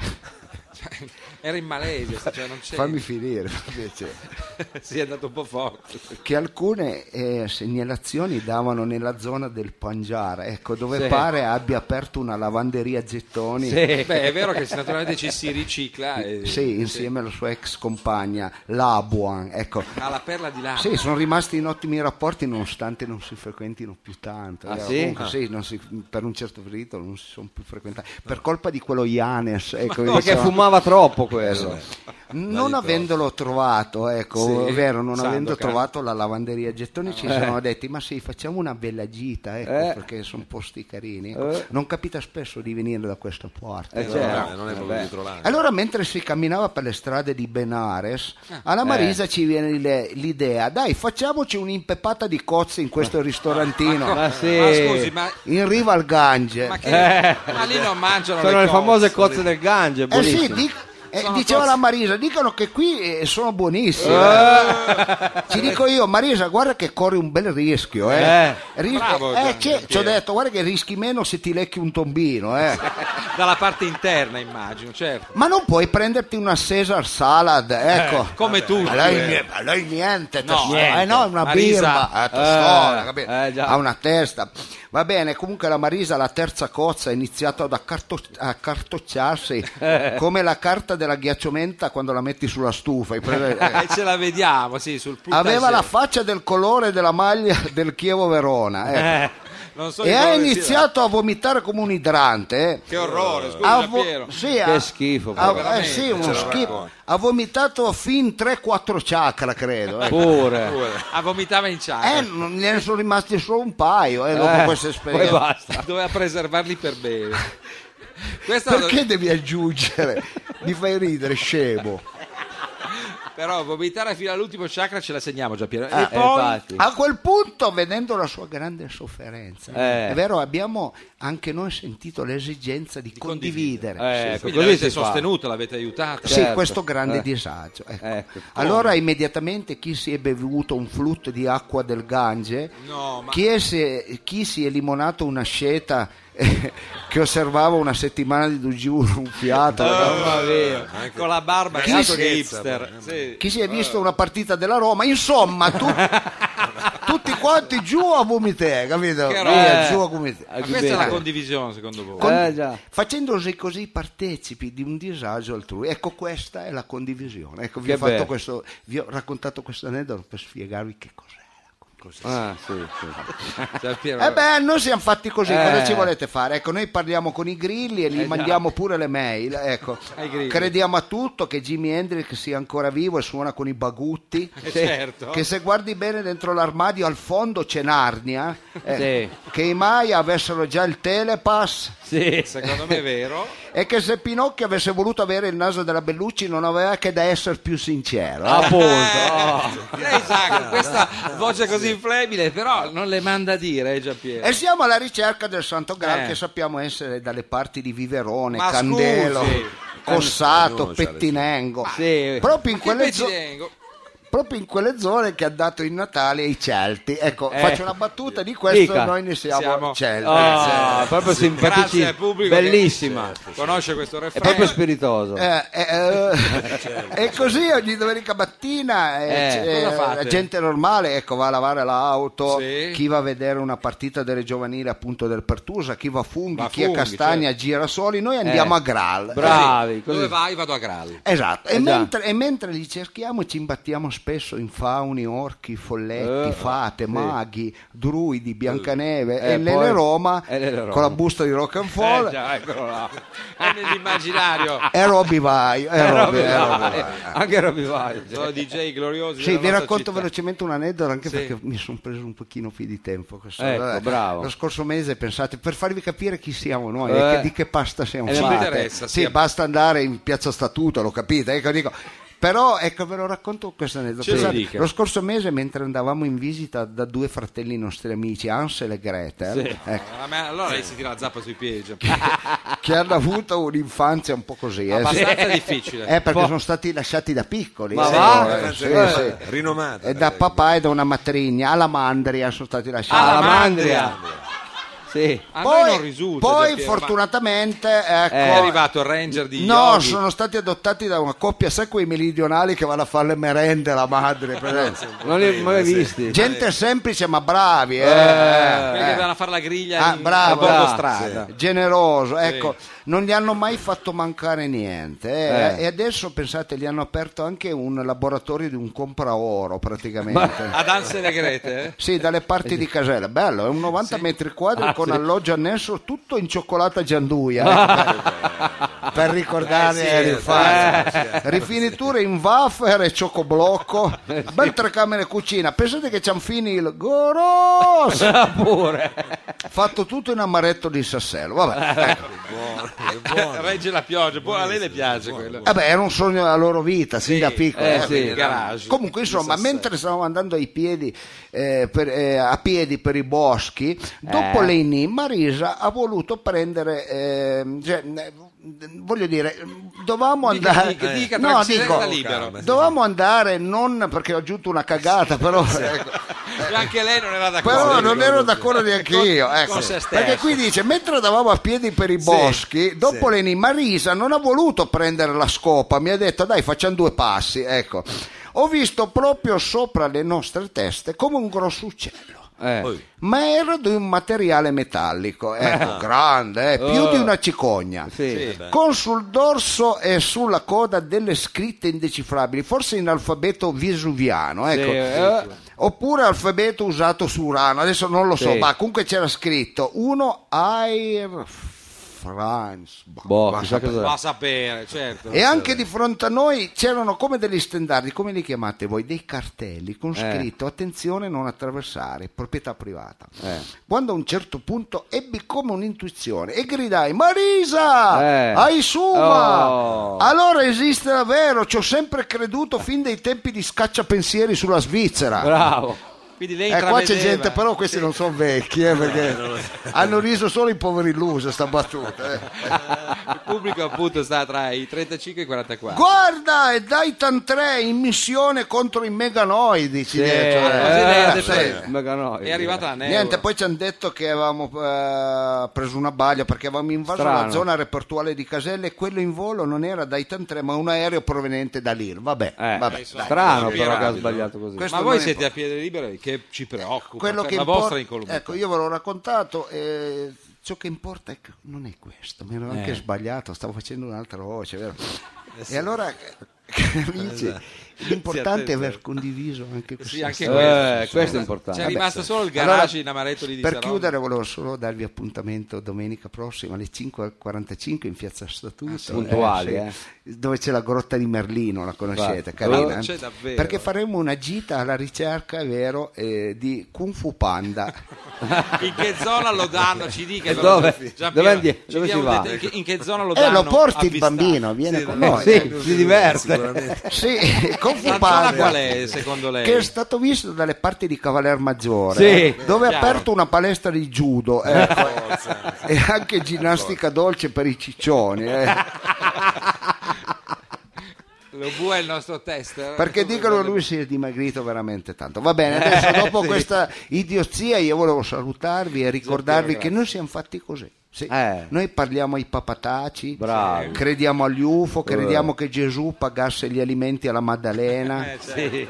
A: era in Malesia cioè non c'è
C: Fammi finire invece.
A: si è andato un po' forte
C: che alcune eh, segnalazioni davano nella zona del Pangiara, ecco, dove
E: Sì.
C: pare abbia aperto una lavanderia a gettoni.
E: Sì.
A: beh è vero che si- naturalmente ci si ricicla e-
C: Sì, insieme alla sua ex compagna Labuan, ecco.
A: alla Ah, perla di là
C: Sì, sono rimasti in ottimi rapporti nonostante non si frequentino più tanto.
E: Ah,
C: Eh,
E: sì?
C: comunque, sì, non si- per un certo periodo non si sono più frequentati. Per colpa di quello Ianes, ecco,
E: Perché
C: diciamo.
A: Eh,
E: fumava troppo quello.
C: non avendolo trovato, ecco,
D: Sì,
C: ovvero non
D: Sandokan.
C: avendo trovato la lavanderia gettoni, ci sono detti: Ma sì, facciamo una bella gita, ecco,
E: Eh.
C: perché sono posti carini. ecco. Non capita spesso di venire da questa parte.
E: Eh,
D: Eh,
E: certo.
D: no, non è proprio dietro l'angolo.
C: Allora, mentre si camminava per le strade di Benares, alla Marisa ci viene le- l'idea: dai, facciamoci un'impepata di cozze in questo ristorantino
E: Ma sì.
A: Ma scusi, ma,
C: in riva al Gange.
A: ma che-
E: Eh.
A: ma lì non mangiano
E: Sono
A: le
E: le famose
A: cozze.
E: cozze del Gange,
C: eh sì,
E: buonissime.
C: di- eh,
A: Sono
C: diceva
A: cozze.
C: la Marisa, dicono che qui eh, sono buonissime. Ci dico io, Marisa, guarda che corri un bel rischio. Eh.
E: Eh.
C: Ris-
A: Bravo,
C: eh,
A: Gian-
C: c'è- ci ho
A: Piero.
C: detto, guarda che rischi meno se ti lecchi un tombino. Eh.
A: Dalla parte interna, immagino, certo. Eh,
C: Ma non puoi prenderti una Caesar salad, ecco.
A: Come tutti.
C: Ma lei, nie- ma lei niente,
A: No,
C: tesoro.
A: niente.
C: Eh no, è una
A: Marisa.
C: birba, eh, tesoro,
E: Eh,
C: capito?
E: eh, già.
C: ha una testa. Va bene, comunque la Marisa, la terza cozza, ha iniziato ad accarto- a cartocciarsi come la carta della ghiacciomenta quando la metti sulla stufa. hai preso- eh.
A: E ce la vediamo, sì, sul puntaggio.
C: Aveva la faccia del colore della maglia del Chievo Verona ecco.
A: Eh, Non so
C: e
A: di
C: ha
A: dove sia.
C: iniziato a vomitare come un idrante. eh.
A: Che orrore, scusa
C: Ha vo-
A: Piero.
C: sì, ha-
E: schifo,
C: ha-
E: però,
C: eh, sì, uno
D: ce lo
C: schifo.
D: racconti.
C: Ha vomitato fin 3-4 chakra, credo. ecco.
E: Pure.
A: Ah, vomitava in ciaga.
C: Eh, non- ne sono rimasti solo un paio eh, dopo
E: Eh,
C: questa
E: Poi
C: esperienza.
E: basta.
A: Doveva preservarli per bene. Questa
C: Perché devi aggiungere? Mi fai ridere, scemo.
A: Però vomitare fino all'ultimo chakra ce la segniamo già Piero.
E: Eh,
A: e poi
E: infatti.
C: Ah, A quel punto, vedendo la sua grande sofferenza,
E: Eh.
C: è vero, abbiamo anche noi sentito l'esigenza di, condividere.
E: Eh, ecco,
A: Quindi
E: così
A: l'avete
E: si fa.
A: sostenuto, l'avete aiutata.
C: Sì,
E: Certo.
C: questo grande
E: Eh.
C: disagio. ecco.
E: Ecco, come?
C: allora immediatamente chi si è bevuto un flutto di acqua del Gange,
A: No, ma-
C: chi, è se- chi si è limonato una seta eh, che osservava una settimana di digiuno un fiato,
A: Eh, Mamma mia, con la barba
C: Chi eh,
A: che eh,
C: si-
A: di hipster. Sì.
C: chi si è visto una partita della Roma, insomma tu- tutti quanti giù a vomite, capito? Via,
A: Che
E: roba.
C: giù a vomite.
A: Ma
E: Eh,
A: questa è la
E: bene.
A: condivisione secondo voi?
E: Con- Eh, già.
C: facendosi così partecipi di un disagio altrui. Ecco, questa è la condivisione. Ecco, vi
E: Che
C: ho, fatto
E: bello.
C: questo, vi ho raccontato questo aneddoto per spiegarvi che cos'è. la condivisione.
E: Ah, sì, sì.
A: Gian Cioè, Piero,
C: Eh beh, noi siamo fatti così, cosa
E: Eh.
C: ci volete fare? Ecco, noi parliamo con i grilli e gli mandiamo pure le mail, ecco.
A: Ai grilli.
C: Crediamo a tutto che Jimi Hendrix sia ancora vivo e suona con i bagutti.
A: eh, certo.
C: Che se guardi bene dentro l'armadio al fondo c'è Narnia, eh, che i Maya avessero già il telepass,
E: Sì.
A: Secondo me è vero.
C: E che se Pinocchio avesse voluto avere il naso della Bellucci non aveva che da essere più sincero. eh.
E: Appunto.
A: Eh, lei sa che questa voce così flebile, però non le manda a dire, eh, Giampiero.
C: E siamo alla ricerca del Santo Graal
A: Eh.
C: che sappiamo essere dalle parti di Viverone,
A: Ma
C: Candelo,
A: scusi.
C: Cossato,
D: Ognuno c'ha le sue.
C: Pettinengo.
E: Sì.
C: Proprio, in
A: Che
C: quelle
A: pezzi
C: zo-
A: tengo?
C: proprio in quelle zone che ha dato il Natale ai Celti. Ecco,
E: Eh.
C: faccio una battuta di questo,
E: Dica.
C: noi ne siamo, cioè,
A: Siamo-
C: Celti.
E: Ah, proprio
A: Grazie
E: simpaticissima.
A: al pubblico. che
E: Bellissima.
A: Conosce questo
E: È
A: refrain.
E: proprio spiritoso.
C: Eh, eh, eh, e così ogni domenica mattina eh,
E: Eh,
C: c'è-
A: cosa fate?
C: la gente normale ecco, va a lavare l'auto,
A: Sì.
C: chi va a vedere una partita delle giovanili appunto del Pertusa, chi va a funghi,
A: Va a
C: chi a
A: funghi, certo.
C: castagna, girasoli, noi andiamo
E: Eh.
C: a Graal.
E: Bravo.
A: Così,
E: Bravi, così.
A: Dove vai? Vado a Graal.
C: Esatto, e,
E: Eh, già.
C: mentre, e mentre li cerchiamo ci imbattiamo spesso in fauni, orchi, folletti,
E: Eh,
C: fate,
E: sì.
C: maghi, druidi, Biancaneve
E: Eh,
C: e Lele
E: poi-
C: Roma,
E: e Lele Roma.
C: con la busta di rock and
E: Eh,
C: fall
E: già, eccolo là.
A: È nell'immaginario.
C: e Roby vai. e
E: Eh,
C: Roby
E: Roby
C: vai.
E: Vai. Anche Roby Vai.
A: Sono DJ gloriosi.
C: Sì,
A: della
C: vi
A: nostra
C: racconto
A: città.
C: velocemente un aneddoto anche
A: Sì.
C: perché mi sono preso un pochino più di tempo. questo-
E: Ecco,
C: vabbè.
E: bravo.
C: Lo scorso mese, pensate, per farvi capire chi siamo noi
E: Eh.
C: e che- di che pasta siamo
E: Eh, mi
C: fatti.
A: interessa,
C: sì,
A: sì.
C: basta andare in Piazza Statuto, lo capite? Ecco, dico- Però ecco, ve lo racconto questo aneddoto.
A: Ce lo
C: Pensate,
A: dica.
C: lo scorso mese, mentre andavamo in visita da due fratelli nostri amici, Ansel e Gretel, ecco,
A: Ah, ma Allora lei si tira la zappa sui piedi. Gian Piero.
C: che hanno avuto un'infanzia un po' così. eh,
A: Abbastanza
C: sì.
A: difficile.
C: Eh, perché sono stati lasciati da piccoli.
E: Ma
C: eh,
E: va?
C: eh, sì,
D: Eh,
C: sì.
D: rinomata.
C: E da papà e da una matrigna, alla mandria sono stati lasciati.
A: Alla
E: Salamandria. Sì.
A: A
C: Poi,
A: noi non risulta.
C: poi,
A: Gian Piero, ma Eh,
C: fortunatamente, ecco,
A: è arrivato il ranger di
C: No,
A: Yogi.
C: sono stati adottati da una coppia, sai quei meridionali che vanno a fare le merende alla madre, presente?
E: Non li ho mai visti.
C: gente semplice ma bravi, eh, eh,
A: Quelli che
C: eh.
A: dovevano fare la griglia
C: Ah,
A: in
C: bravo.
A: a bordo
E: Bravo.
A: strada.
C: generoso, ecco, non gli hanno mai fatto mancare niente. eh. E adesso pensate, gli hanno aperto anche un laboratorio di un compraoro praticamente.
A: Ad Anse Negrete, eh?
C: Sì, dalle parti di Casella, bello, è un 90 metri quadri
D: Ah,
C: con alloggio annesso, tutto in cioccolata gianduia. eh, per ricordare
D: Ah. Eh, sì,
C: l'infanzia.
D: eh, sì. Eh,
C: rifiniture in wafer e ciocoblocco, bel trecamere cucina. Pensate che ci hanno fini il goros,
E: pure.
C: fatto tutto in amaretto di sassello. Vabbè, ecco. Eh,
D: Buono, che buono.
A: Regge la pioggia, poi a lei le piace quello.
C: Vabbè, era un sogno della loro vita, sin da piccolo.
E: eh,
C: eh.
E: sì.
A: Il garage.
C: Comunque, insomma, mentre stavamo andando ai piedi, eh, per- eh, a piedi per i boschi,
A: Eh.
C: dopo Leni, Marisa ha voluto prendere. eh, cioè, eh, voglio dire, dovevamo
A: Dica,
C: andare.
A: dica, dica,
C: no,
A: Praxitella
C: dico,
A: libero.
C: dovevamo andare non perché ho aggiunto una cagata, però. ecco.
A: E anche lei non era d'accordo.
C: Però non ero d'accordo neanche
A: Con-
C: io,
A: con
C: ecco.
A: se stesso.
C: perché qui dice: mentre andavamo a piedi per i boschi, dopo
D: sì.
C: Leni Marisa non ha voluto prendere la scopa, mi ha detto: dai, facciamo due passi. Ecco, ho visto proprio sopra le nostre teste come un grosso uccello.
E: Eh.
C: Ma era di un materiale metallico,
A: Ah.
C: ecco, grande, eh, più
A: Oh.
C: di una cicogna,
E: Sì.
C: con sul dorso e sulla coda delle scritte indecifrabili, forse in alfabeto vesuviano, ecco.
E: eh.
C: Oppure alfabeto usato su Urano, adesso non lo so,
E: Sì.
C: ma comunque c'era scritto uno Air France. Boh,
E: Boh,
C: va a
E: chissà
C: sapere.
E: cosa-
A: Va a sapere, certo.
C: E anche di fronte a noi c'erano come degli standardi, come li chiamate voi, dei cartelli con
E: Eh.
C: scritto attenzione non attraversare, proprietà privata.
E: Eh.
C: Quando a un certo punto ebbi come un'intuizione e gridai Marisa,
E: Eh.
C: ai suma,
E: Oh.
C: allora esiste davvero, ci ho sempre creduto fin dai tempi di scacciapensieri sulla Svizzera.
E: Bravo.
A: Quindi lei
C: Eh, qua c'è
A: intravedeva.
C: gente, però questi non sono vecchi, eh, perché hanno riso solo i poveri illusi, sta battuta. eh.
A: Il pubblico appunto sta tra i 35 e i 44.
C: Guarda, è Titan 3 in missione contro i meganoidi. Ci dice. cioè.
A: così lei ha
E: eh,
A: detto-
E: sì. Mega noi.
A: È arrivata la neve.
C: Niente, poi ci hanno detto che avevamo eh, preso una baglia perché avevamo invaso
E: Strano.
C: la zona repertuale di Caselle e quello in volo non era Titan 3 ma un aereo proveniente da lì. Vabbè,
E: Eh,
C: vabbè.
E: strano però che ha
A: Respirabile,
E: sbagliato così.
C: Questo
A: Ma
C: non
A: voi
C: è
A: siete a piede libero e che ci preoccupa?
C: quello
A: per
C: che
A: la
C: impor-
A: vostra incolumità.
C: Ecco, io ve l'ho raccontato e ciò che importa ecco. è che non è questo. Mi ero
E: Eh.
C: anche sbagliato, stavo facendo un'altra voce, vero?
A: Eh,
C: E allora, cari amici, l'importante è aver condiviso anche questo.
A: Sì, anche questo.
E: Eh, questo è
A: C'è
E: importante.
A: rimasto solo il
C: Allora,
A: garage in amaretto lì di
C: per
A: Saronno.
C: chiudere volevo solo darvi appuntamento domenica prossima alle 5.45 in piazza Statuto
A: Ah,
C: eh,
E: puntuali,
C: dove c'è la grotta di Merlino la conoscete
E: Infatti.
C: carina,
A: Ah,
C: eh?
A: eh. c'è davvero.
C: perché faremo una gita alla ricerca è vero eh, di Kung Fu Panda
A: In che zona lo danno? Ci dica
E: Eh. E
A: allora,
E: dove?
A: Giampiero,
E: Dove andi-
A: ci
E: dove si
A: diamo
E: va? Eh,
A: dei- in, che, in che zona lo
C: e
A: danno?
C: Eh, lo porti il
A: avvistato?
C: bambino viene
A: Sì,
C: con
A: dai.
C: noi
E: sì, si diverte.
D: Sicuramente.
C: Sì, Kung Fu
A: Ah. La zona
C: Panda
A: qual è secondo lei?
C: che è stato visto dalle parti di Cavaler Maggiore,
E: Sì.
C: eh, dove è
A: Chiaro.
C: aperto una palestra di judo ecco,
A: Eh,
C: e anche ginnastica dolce per i ciccioni. eh.
A: Lo bue è il nostro eh? tester?
C: Perché dicono lui si è dimagrito veramente tanto. Va bene, adesso dopo questa idiozia io volevo salutarvi e ricordarvi che noi siamo fatti così. Sì.
E: Eh.
C: Noi parliamo ai papataci,
E: Bravi.
C: crediamo agli UFO, crediamo che Gesù pagasse gli alimenti alla
E: Eh,
C: Maddalena
E: certo.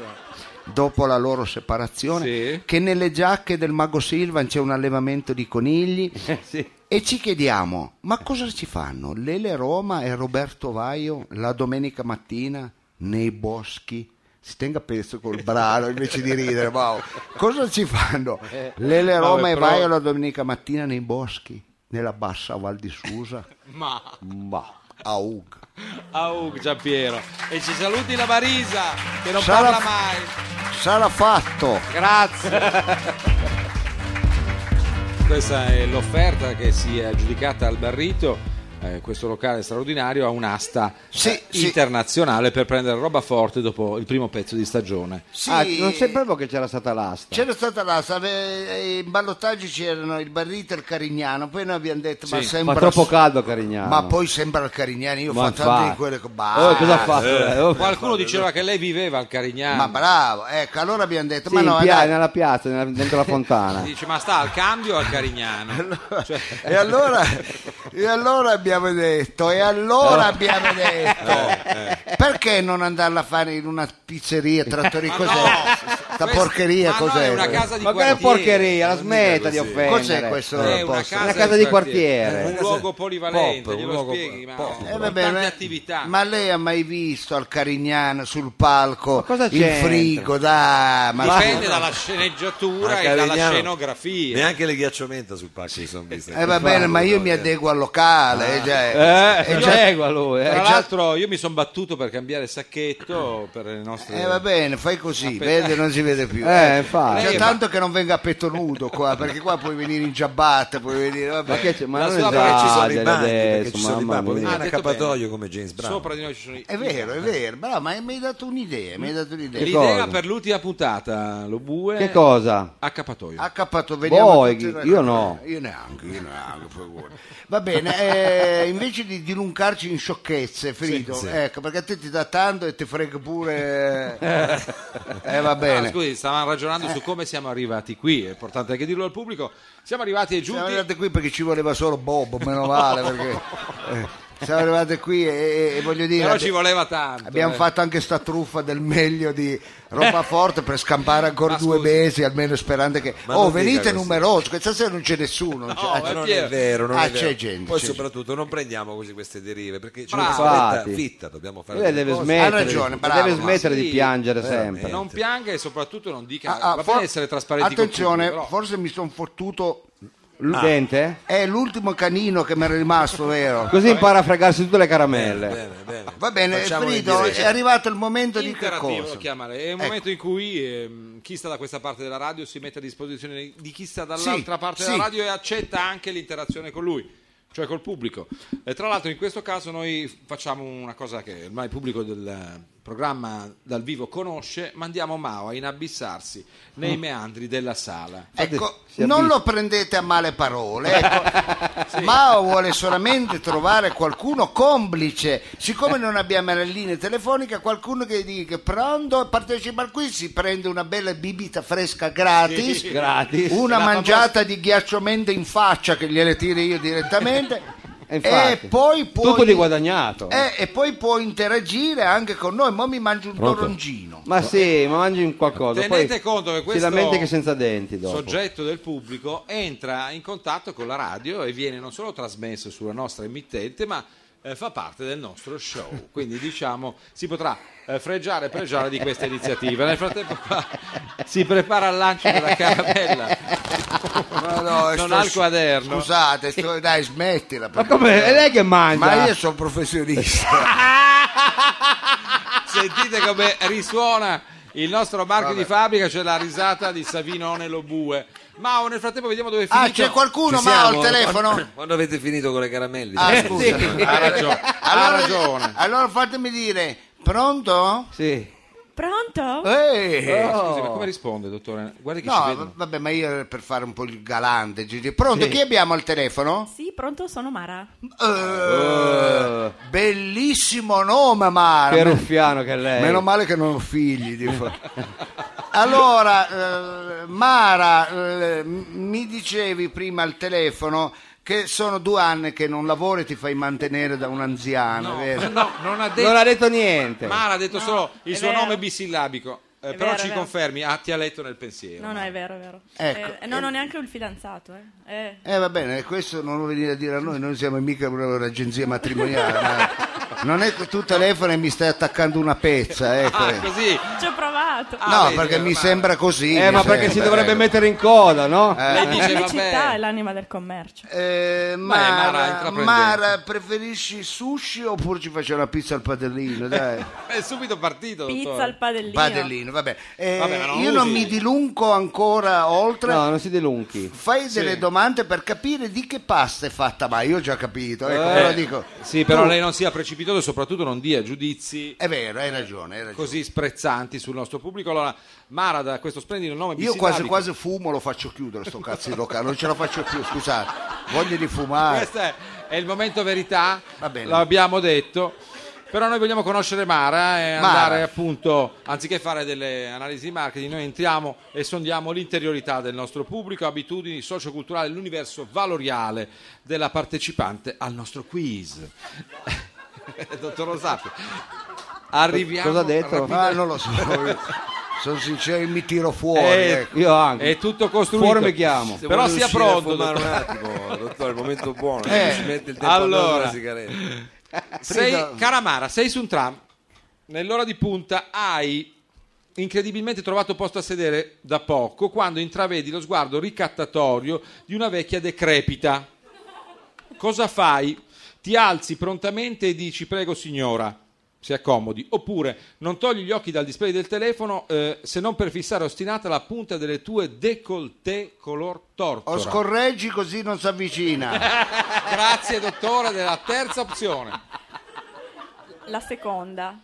C: dopo la loro separazione,
A: Sì.
C: che nelle giacche del mago Silvan c'è un allevamento di conigli
A: Eh,
E: Sì.
C: e ci chiediamo, ma cosa ci fanno Lele Roma e Roberto Vaio la domenica mattina nei boschi? Si tenga pezzo col brano invece di ridere, wow. Cosa ci fanno
A: Eh,
C: Lele Roma e Vaio la domenica mattina nei boschi, nella bassa Val di Susa?
A: Ma,
E: Bah.
C: Aug.
A: au Ah, Giampiero. E ci saluti la Marisa, che non
C: Sarà-
A: parla mai.
C: Sarà fatto!
A: Grazie. Questa è l'offerta che si è aggiudicata al Barrito. eh, questo locale straordinario ha un'asta
C: Sì,
A: eh,
C: sì.
A: internazionale per prendere roba forte dopo il primo pezzo di stagione.
C: Sì.
E: Ah, non sapevo che c'era stata l'asta.
C: C'era stata la save- in ballottaggio c'erano il Barrito e il Carignano, poi noi abbiamo detto ma
A: Sì,
E: Fa
C: sembra
E: troppo caldo Carignano.
C: ma poi sembra il Carignano, io ho
E: Ma
C: fatto anche
E: infatti.
C: di quelle
E: Oh, cosa ha fatto? Eh, oh.
A: Qualcuno diceva che lei viveva al Carignano.
C: Ma bravo, ecco, allora abbiamo detto
E: Sì,
C: ma
E: in
C: no,
E: pia-
C: dai.
E: nella piazza, nella- dentro la fontana.
A: Dice, ma sta al cambio o al Carignano? Cioè,
C: E allora, e allora abbiamo detto, e allora abbiamo
A: Eh,
C: detto, perché non andarla a fare in una pizzeria, trattori
A: Ma
C: cos'è?
A: no!
C: Sta
A: Questa-
C: porcheria
A: ma no,
C: cos'è?
A: è una casa di
E: Ma che
A: quartiere.
E: porcheria, la smetta di
D: così.
E: offendere.
C: Cos'è questo
A: È una
C: posto?
A: casa,
E: Una casa di quartiere.
A: un luogo polivalente,
D: Pop, un
A: glielo
D: luogo
A: spieghi, ma
D: pop.
A: con
C: Eh, vabbè,
A: tante
C: ma-
A: attività.
C: Ma lei ha mai visto al Carignano sul palco
E: cosa
C: il
E: c'entra?
C: frigo? Dai, ma
A: Dipende
C: scusa.
A: dalla sceneggiatura
D: eh, Ma
A: e dalla
D: Carignano-
A: scenografia.
D: Neanche le ghiacciomenta sul pacco si sono viste.
C: Eh, va bene, ma io mi adeguo al locale. eh, cioè,
E: Eh,
C: eh,
E: lo
C: già-
E: segua lui.
A: Tra
E: Eh.
A: l'altro io mi sono battuto per cambiare sacchetto per le nostre...
C: eh, va bene, fai così,
A: Aspetta.
C: vede, non si vede più.
E: Eh, infatti.
C: Cioè,
A: Lei-
C: tanto che non venga a petto nudo qua, perché qua puoi venire in giabbatta, puoi venire... Vabbè.
E: Ma che c'è? Ma
A: La
E: non
A: sua- perché
D: Eh, Ci sono i
E: esageri
D: bagni, perché
E: adesso,
D: ci sono i
E: mamma
D: bagni, puoi
E: mia.
D: venire
A: Ah,
D: in
A: detto
D: accappatoio
A: bene.
D: come James Brown.
A: Sopra di noi ci sono i...
C: È vero, è vero, bravo, ma mi hai dato un'idea, mi hai dato un'idea.
A: L'idea
E: cosa?
A: per l'ultima puntata, lo bue...
E: Che cosa?
C: Ah,
A: Accappatoio.
C: Accappato, vediamo
E: Voi,
C: tutti noi-
E: io no.
C: Io neanche, io neanche, figurati. Va bene, eh, invece di diluncarci in sciocchezze, Frido, ecco, perché a te ti dà tanto e ti frega pure... Eh, va
A: Ah,
C: bene.
A: scusi, stavamo ragionando su come siamo arrivati qui, è importante anche dirlo al pubblico. Siamo arrivati e
C: Siamo
A: giunti
C: arrivati qui perché ci voleva solo Bob, meno male, perché... eh, siamo arrivati qui e, e- e voglio dire...
A: Però ci voleva tanto.
C: Abbiamo
A: eh.
C: fatto anche sta truffa del meglio di roba forte per scampare ancora
A: Ma
C: due
A: scusi.
C: mesi, almeno sperando che...
D: Ma
C: oh,
D: non dica
C: venite
D: così.
C: numerosi, questa sera non c'è nessuno. non c'è-
A: No,
C: ah,
A: eh,
D: Ma non
A: Piero.
D: è vero, non
C: Ah,
D: è vero.
C: c'è gente,
D: Poi
C: c'è
D: soprattutto non prendiamo così queste derive perché c'è
A: Bravo.
D: una scaletta
E: Infatti.
D: fitta, dobbiamo fare.
E: Lei
D: delle
E: deve
D: cose.
E: smettere,
C: Ha ragione,
E: di-
C: bravo,
E: deve
C: ma
E: smettere
A: sì,
E: di piangere
D: veramente.
E: sempre.
A: Non pianga e soprattutto non dica...
C: Ah, ah,
A: va
C: for-
A: bene essere trasparenti col
C: Attenzione,
A: pubblico, però-
C: forse mi sono fottuto.
E: L-
C: Ah.
E: Dente?
C: È l'ultimo canino che mi era rimasto, vero?
E: Così impara a fregarsi tutte le caramelle.
D: Bene, bene.
C: Va Eh, bene,
D: Facciamo
C: Frido,
D: in
C: è
D: diretta.
C: arrivato il momento di che
A: Interativo lo
C: cosa? Ecco.
A: chiamare. È il momento in cui ehm, chi sta da questa parte della radio si mette a disposizione di chi sta dall'altra
C: Sì,
A: parte
C: sì.
A: della radio e accetta anche l'interazione con lui, cioè col pubblico. E tra l'altro in questo caso noi facciamo una cosa che ormai il pubblico del eh, programma dal vivo conosce, mandiamo Mao a inabissarsi nei meandri della sala.
C: Mm. Ecco,
E: si
C: non
E: avvisa.
C: lo prendete a male parole, ecco. Mao vuole solamente trovare qualcuno complice. Siccome non abbiamo la linea telefonica, qualcuno che dica pronto, partecipa qui, si prende una bella bibita fresca gratis,
E: Gratis.
C: una
A: La
C: mangiata di ghiacciomende in faccia cioè che gliele tiro io direttamente.
E: E infatti,
C: e poi puoi
E: tutto di guadagnato.
C: Eh, e poi può interagire anche con noi. Mo' mi mangio un toroncino.
E: Ma sì, ma mangi un qualcosa.
A: Tenete
E: poi
A: conto che questo-
E: Si lamenti che senza denti dopo.
A: soggetto del pubblico entra in contatto con la radio e viene non solo trasmesso sulla nostra emittente, ma eh, fa parte del nostro show. Quindi diciamo si potrà eh, freggiare e pregiare di questa iniziativa. Nel frattempo qua si prepara al lancio della caramella.
C: Ma no,
A: Non
C: sto-
A: ha il quaderno.
C: Scusate, sto- dai, smettila.
E: Ma
C: perché-
E: come? È lei che mangia?
C: Ma io sono professionista.
A: Sentite come risuona il nostro marchio di fabbrica, c'è la risata di Savinone Lobue. Ma nel frattempo vediamo dove è finito.
C: ah, c'è qualcuno,
D: Ci
C: ma al
D: siamo?
C: telefono?
D: Quando avete finito con le caramelle?
C: Ah,
D: Eh,
C: scusa.
D: sì.
A: Ha ragione, ha ragione.
C: Allora fatemi dire, pronto?
E: Sì.
H: Pronto?
C: Ehi.
A: Eh,
C: Oh.
A: Scusi, ma come risponde, dottore? Guardi che ci
C: No,
A: vedono.
C: v- vabbè, ma io ero per fare un po' il galante. Gigi. Pronto, chi abbiamo al telefono?
H: Sì, pronto, sono Mara.
C: Eh,
A: Oh.
C: Bellissimo nome, Mara.
E: Che ruffiano che è lei.
C: Meno male che non ho figli. di fa- allora, eh, Mara, eh, m- mi dicevi prima al telefono che sono due anni che non lavori e ti fai mantenere da un anziano, vero?
A: No, non ha detto.
E: Non ha detto niente.
A: Mara ha detto solo il
H: è
A: suo
H: vero.
A: nome bisillabico. Eh,
H: È
A: però
H: vero,
A: ci
H: è vero.
A: confermi, ah, ti ha letto nel pensiero.
H: No, no, è vero, è vero.
C: Ecco.
H: Eh, non ho neanche un fidanzato. Eh. Eh,
C: Eh va bene, questo non lo venire a dire a noi, noi siamo mica una- un'agenzia matrimoniale. ma non è che tu telefoni e mi stai attaccando una pezza, ecco.
A: Ah, così.
H: Ci ho provato.
A: Ah,
C: No,
A: vedi,
C: perché mi
A: Mara.
C: sembra così.
E: eh,
C: mi
E: ma perché si
C: sembra, Eh.
E: dovrebbe
C: ecco.
E: mettere in coda, no?
A: Lei
H: La
A: dice,
H: pubblicità è
A: vabbè.
H: l'anima del commercio.
C: Eh,
A: Beh, Mara,
C: Mara,
A: intraprendente.
C: Mara, preferisci sushi oppure ci faccio una pizza al padellino? Dai.
A: È subito partito,
H: Pizza
A: dottore.
H: al padellino.
C: Padellino, vabbè. Eh,
A: Vabbè, ma non
C: io non
A: usi.
C: mi dilungo ancora oltre.
E: No, non si delunchi.
C: Fai delle domande per capire di che pasta è fatta, ma io ho già capito, ecco,
E: Eh,
C: però dico.
A: Eh, Sì, però
C: tu-
A: lei non sia precipitoso e soprattutto non dia giudizi
C: È vero, hai ragione, hai ragione.
A: così sprezzanti sul nostro pubblico. Allora, Mara, da questo splendido nome
C: Io
A: bisillabico.
C: quasi quasi fumo, lo faccio chiudere sto cazzo di locale, non ce la faccio più, scusate. Voglio di fumare.
A: Questo è, è il momento verità,
C: Va bene.
A: l'abbiamo detto. Però noi vogliamo conoscere Mara e
C: Mara.
A: Eh, andare appunto, anziché fare delle analisi di marketing, noi entriamo e sondiamo l'interiorità del nostro pubblico, abitudini socioculturali, l'universo valoriale della partecipante al nostro quiz. Dottor Rosapi, arriviamo
C: Ah,
E: Cosa ha detto? Ah,
C: Ma non lo so. Sono sincero, mi tiro fuori.
A: Eh,
C: ecco.
E: Io anche.
A: È tutto costruito.
E: Fuori mi chiamo.
D: Se
A: Però
D: vuole
A: sia
D: riuscire a
A: pronto,
D: fumare
A: dottore.
D: un attimo, dottore, il momento buono.
C: Eh,
D: si mette il tempo
A: allora.
D: allora. la sigaretta.
A: Sei, cara Mara, sei su un tram. Nell'ora di punta hai incredibilmente trovato posto a sedere da poco quando intravedi lo sguardo ricattatorio di una vecchia decrepita. Cosa fai? Ti alzi prontamente e dici prego signora, si accomodi, oppure non togli gli occhi dal display del telefono eh, se non per fissare ostinata la punta delle tue décolleté color tortora.
C: O scorreggi così non si avvicina.
A: Grazie dottore della terza opzione.
H: La seconda.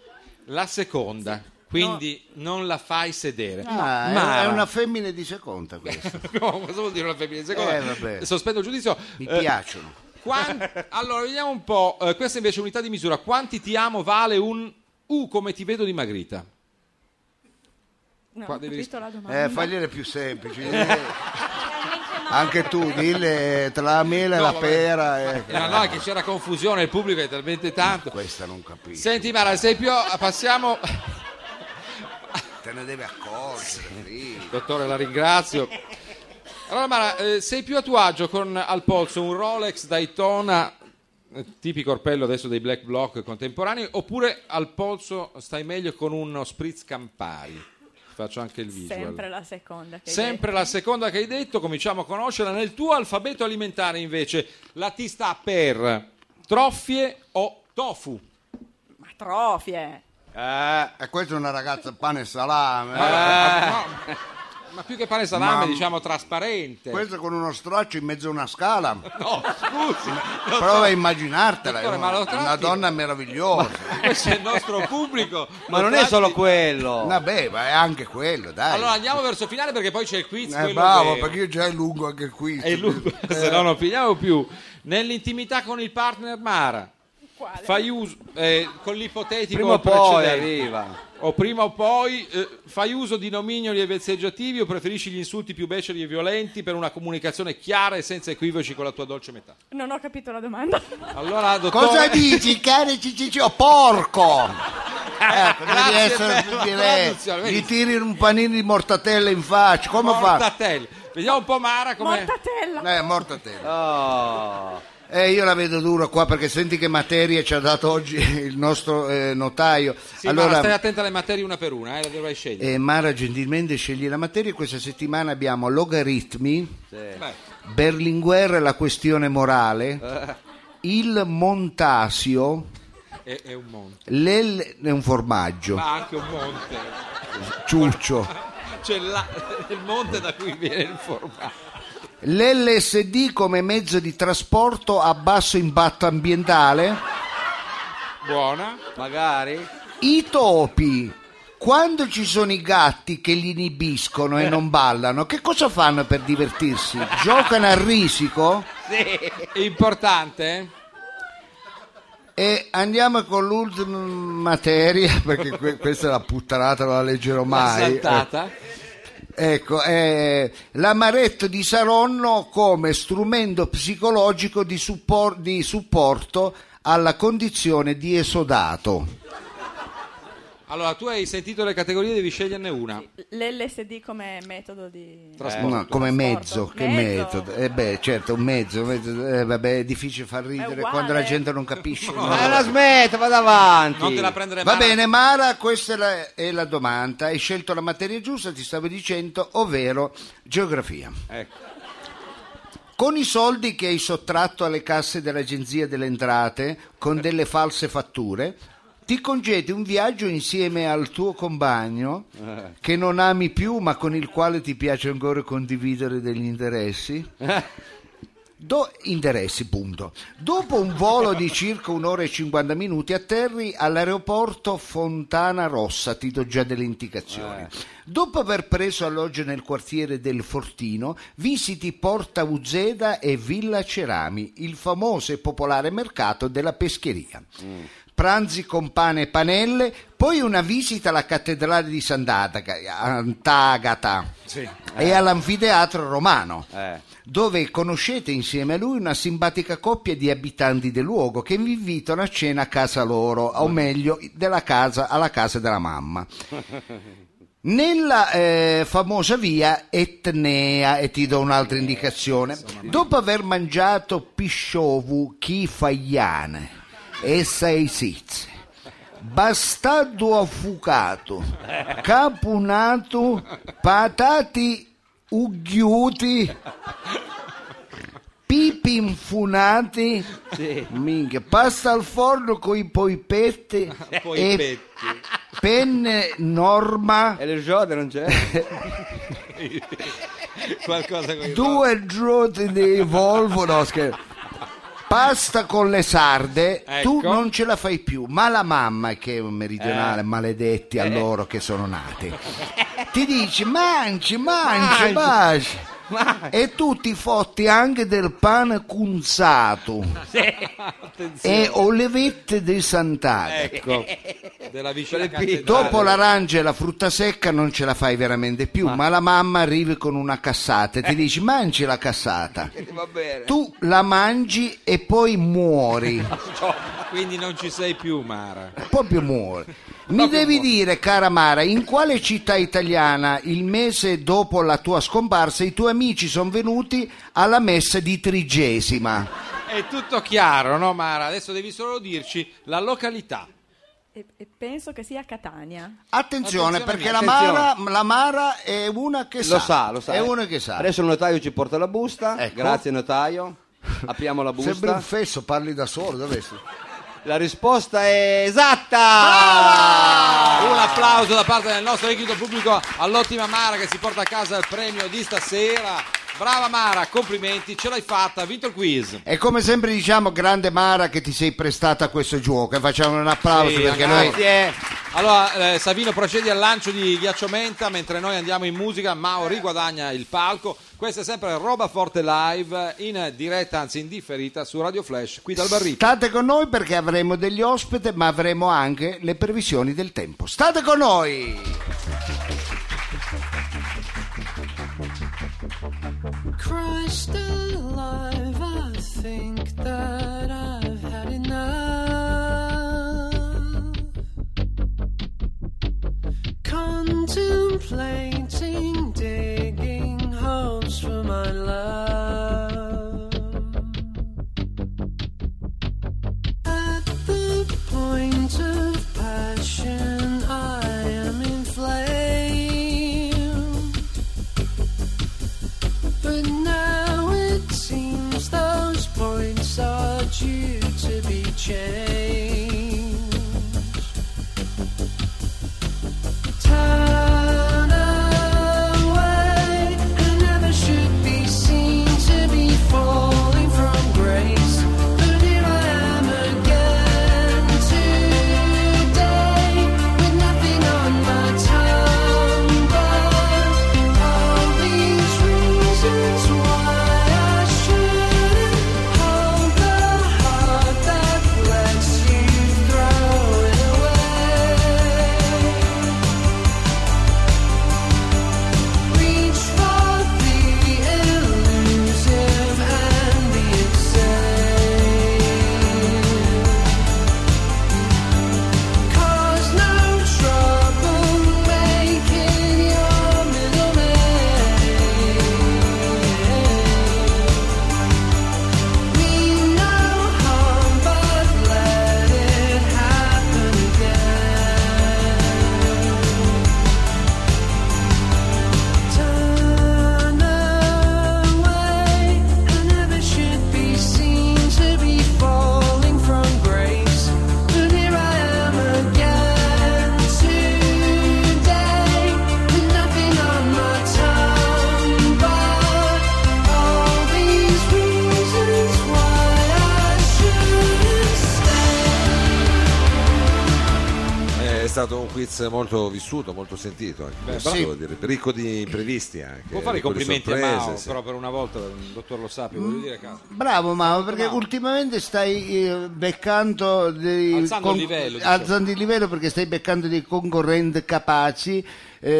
A: La seconda, quindi non la fai sedere.
C: Ah, è-
A: Mara.
C: è una femmina di seconda questa.
A: No, cosa vuol dire una femmina?
C: Eh, vabbè.
A: Eh, Sospendo il giudizio.
C: Mi
A: Eh,
C: piacciono.
A: quan- Allora, vediamo un po'. eh, questa invece è unità di misura. Quanti ti amo vale un U come ti vedo dimagrita?
H: No,
A: Qua
H: ho
A: devi
H: capito la domanda.
C: Eh, fagliele più semplici. Eh, Anche tu, dille tra la mela e
A: No,
C: la
A: vabbè.
C: pera. eh.
A: No, no, è che c'era confusione, il pubblico è talmente tanto.
C: Questa non capisco.
A: Senti Mara, sei più... passiamo...
C: Te ne deve accorgere. sì.
A: Dottore, la ringrazio. Allora Mara, eh, sei più a tuo agio con al polso un Rolex Daytona, eh, tipico orpello adesso dei black block contemporanei, oppure al polso stai meglio con uno spritz Campari? Faccio anche il visual.
H: Sempre la seconda. che hai
A: Sempre la seconda che hai detto, cominciamo a conoscerla. Nel tuo alfabeto alimentare invece la T sta per troffie o tofu.
H: detto. Ma trofie.
C: Eh, E questa è una ragazza pane e salame.
A: Eh.
C: eh.
A: Ma- Ma più che pane e salame,
C: Ma-
A: diciamo trasparente.
C: Questa con uno straccio in mezzo a una scala.
A: No, scusi.
C: Prova a immaginartela.
A: Dottore,
C: è
A: ma lo
C: una,
A: tratti-
C: una donna meravigliosa.
A: Questo è il nostro pubblico.
E: Ma non è solo quello.
C: Vabbè, ma è anche quello, dai.
A: Allora andiamo verso finale perché poi c'è il quiz.
C: Eh,
A: quello
C: bravo,
A: vero.
C: perché io già è lungo anche qui. eh.
A: È lungo, se no non finiamo più. Nell'intimità con il partner Mara,
H: Quale?
A: fai uso eh, con l'ipotetico
E: Prima o poi
A: precedente.
E: arriva.
A: O prima o poi eh, fai uso di nomignoli e vezzeggiativi o preferisci gli insulti più beceri e violenti per una comunicazione chiara e senza equivoci con la tua dolce metà?
H: Non ho capito la domanda.
A: Allora, dottore,
C: Cosa dici, cari ciciccio? Porco! Ecco, devi
A: grazie
C: essere
A: per
C: più
A: la
C: diretto.
A: traduzione, vedi?
C: Gli tiri un panino di mortatella in faccia. Come fa?
A: Mortatelli. Vediamo un po' Mara come...
H: Mortatella.
C: Eh, mortatella.
E: Oh.
C: Eh, io la vedo dura qua perché senti che materie ci ha dato oggi il nostro eh, notaio.
A: Sì,
C: allora,
A: Mara, stai attenta alle materie una per una, eh, la dovrai scegliere.
C: eh, Mara gentilmente scegli la materia. Questa settimana abbiamo logaritmi,
A: Beh,
C: Berlinguer e la questione morale,
A: Eh.
C: il montasio,
A: è, è un monte.
C: l'el... è un formaggio,
A: Ma anche un monte.
C: ciuccio.
A: C'è la- il monte da cui viene il formaggio.
C: L'LSD come mezzo di trasporto a basso impatto ambientale.
A: Buona.
E: Magari.
C: I topi, quando ci sono i gatti che li inibiscono e non ballano, che cosa fanno per divertirsi? Giocano a risico?
A: Importante. eh?
C: E andiamo con l'ultima materia, perché que- questa è la puttanata, non la leggerò mai.
A: Saltata.
C: Eh, ecco, eh, l'amaretto di Saronno come strumento psicologico di, suppor- di supporto alla condizione di esodato.
A: Allora, tu hai sentito le categorie, devi sceglierne una.
H: L'LSD come metodo di...
A: Trasporto.
C: No, come mezzo,
H: Trasporto.
C: che
H: Mezzo.
C: metodo? Eh beh, certo, un mezzo, un mezzo, eh, vabbè, è difficile far ridere
H: uguale.
C: quando la gente non capisce.
E: Ma la smetta, vada avanti.
A: Non te la prendere
C: Va
A: male.
C: bene, Mara, questa è la, è la domanda. Hai scelto la materia giusta, ti stavo dicendo, ovvero geografia. Con i soldi che hai sottratto alle casse dell'Agenzia delle Entrate con delle false fatture, ti congedi un viaggio insieme al tuo compagno
E: Eh,
C: che non ami più ma con il quale ti piace ancora condividere degli interessi. Do- interessi, punto. Dopo un volo di circa un'ora e 50 minuti atterri all'aeroporto Fontana Rossa, ti do già delle indicazioni. Dopo aver preso alloggio nel quartiere del Fortino, visiti Porta Uzeda e Villa Cerami, il famoso e popolare mercato della pescheria.
E: mm.
C: Pranzi con pane e panelle, poi una visita alla cattedrale di Sant'Agata Antagata,
G: Eh.
C: e all'anfiteatro romano
E: Eh.
C: dove conoscete insieme a lui una simpatica coppia di abitanti del luogo che vi invitano a cena a casa loro, o meglio, della casa alla casa della mamma. nella eh, famosa via Etnea, e ti do un'altra indicazione, dopo aver mangiato pisciovu, chifaiane e sei sizze, bastardo affucato, capunato, patati ughiuti, pipi infunati, minchia, pasta al forno con i poipetti e penne norma,
E: E le giode non c'è?
A: Qualcosa con
C: due giorni di Volvo, no scherzo. Pasta con le sarde, tu
A: Ecco.
C: non ce la fai più, ma la mamma, che è un meridionale, maledetti a loro che sono nati, ti dice mangi, mangi, mangi. E tu ti fotti anche del pane cunzato e olivette di Sant'Agata.
A: Ecco, della vicina cattedrale.
C: Dopo l'arancia e la frutta secca non ce la fai veramente più, ma, la mamma arrivi con una cassata e ti dice mangi la cassata.
E: Eh. Va bene.
C: Tu la mangi e poi muori,
A: Quindi non ci sei più, Mara.
C: proprio muori. Mi devi dire, cara Mara, in quale città italiana il mese dopo la tua scomparsa i tuoi amici sono venuti alla messa di trigesima?
A: È tutto chiaro, no, Mara? Adesso devi solo dirci la località.
H: E, e penso che sia Catania.
C: Attenzione,
A: Attenzione,
C: perché
A: amici,
C: la, Mara, la Mara è una che sa.
E: Lo sa, lo sa.
C: È una che sa.
E: Adesso il notaio ci porta la busta.
C: Ecco.
E: Grazie notaio. Apriamo la
C: Sembri
E: busta.
C: un fesso, parli da solo, dove sei?
E: La risposta è esatta.
C: Ah!
A: Un applauso da parte del nostro liquido pubblico all'ottima Mara che si porta a casa il premio di stasera. Brava Mara, complimenti, ce l'hai fatta, ha vinto il quiz.
C: E come sempre diciamo, grande Mara, che ti sei prestata a questo gioco. E facciamo un applauso
A: Sì,
C: perché
A: ragazzi.
C: noi.
E: Grazie.
A: Allora, eh, Savino procede al lancio di ghiacciomenta mentre noi andiamo in musica. Mao riguadagna il palco. Questa è sempre Roba Forte Live in diretta, anzi in differita, su Radio Flash qui dal Barrito.
C: State con noi perché avremo degli ospiti, ma avremo anche le previsioni del tempo. State con noi!
G: Crushed alive, I think that I've had enough. Contemplating, digging holes for my love. At the point of passion, I am inflamed. But now it seems those points are due to be changed. Turn away, I never should be seen to be falling from grace. But here I am again today, with nothing on my tongue but all these reasons why I shouldn't hold the heart that lets you throw it away. Reach for the elusive and the insane. Cause no trouble making your middleman. Mean no harm, but let it happen again. Turn away. I never should be seen to be falling from grace, but here I am again today with nothing on my tongue but all these reasons why I shouldn't stay.
D: È stato un quiz molto vissuto, molto sentito, anche, questo,
C: sì.
D: devo dire, ricco di imprevisti anche.
A: Può fare i
D: ricco di
A: complimenti a
D: sorprese,
A: Mao,
D: Eh, sì.
A: però per una volta, il dottor Lo Sapio, voglio dire, cazzo.
C: Bravo Mao, perché ultimamente stai eh, beccando dei
A: Alzando il livello, diciamo.
C: alzando il livello perché stai beccando dei concorrenti capaci eh,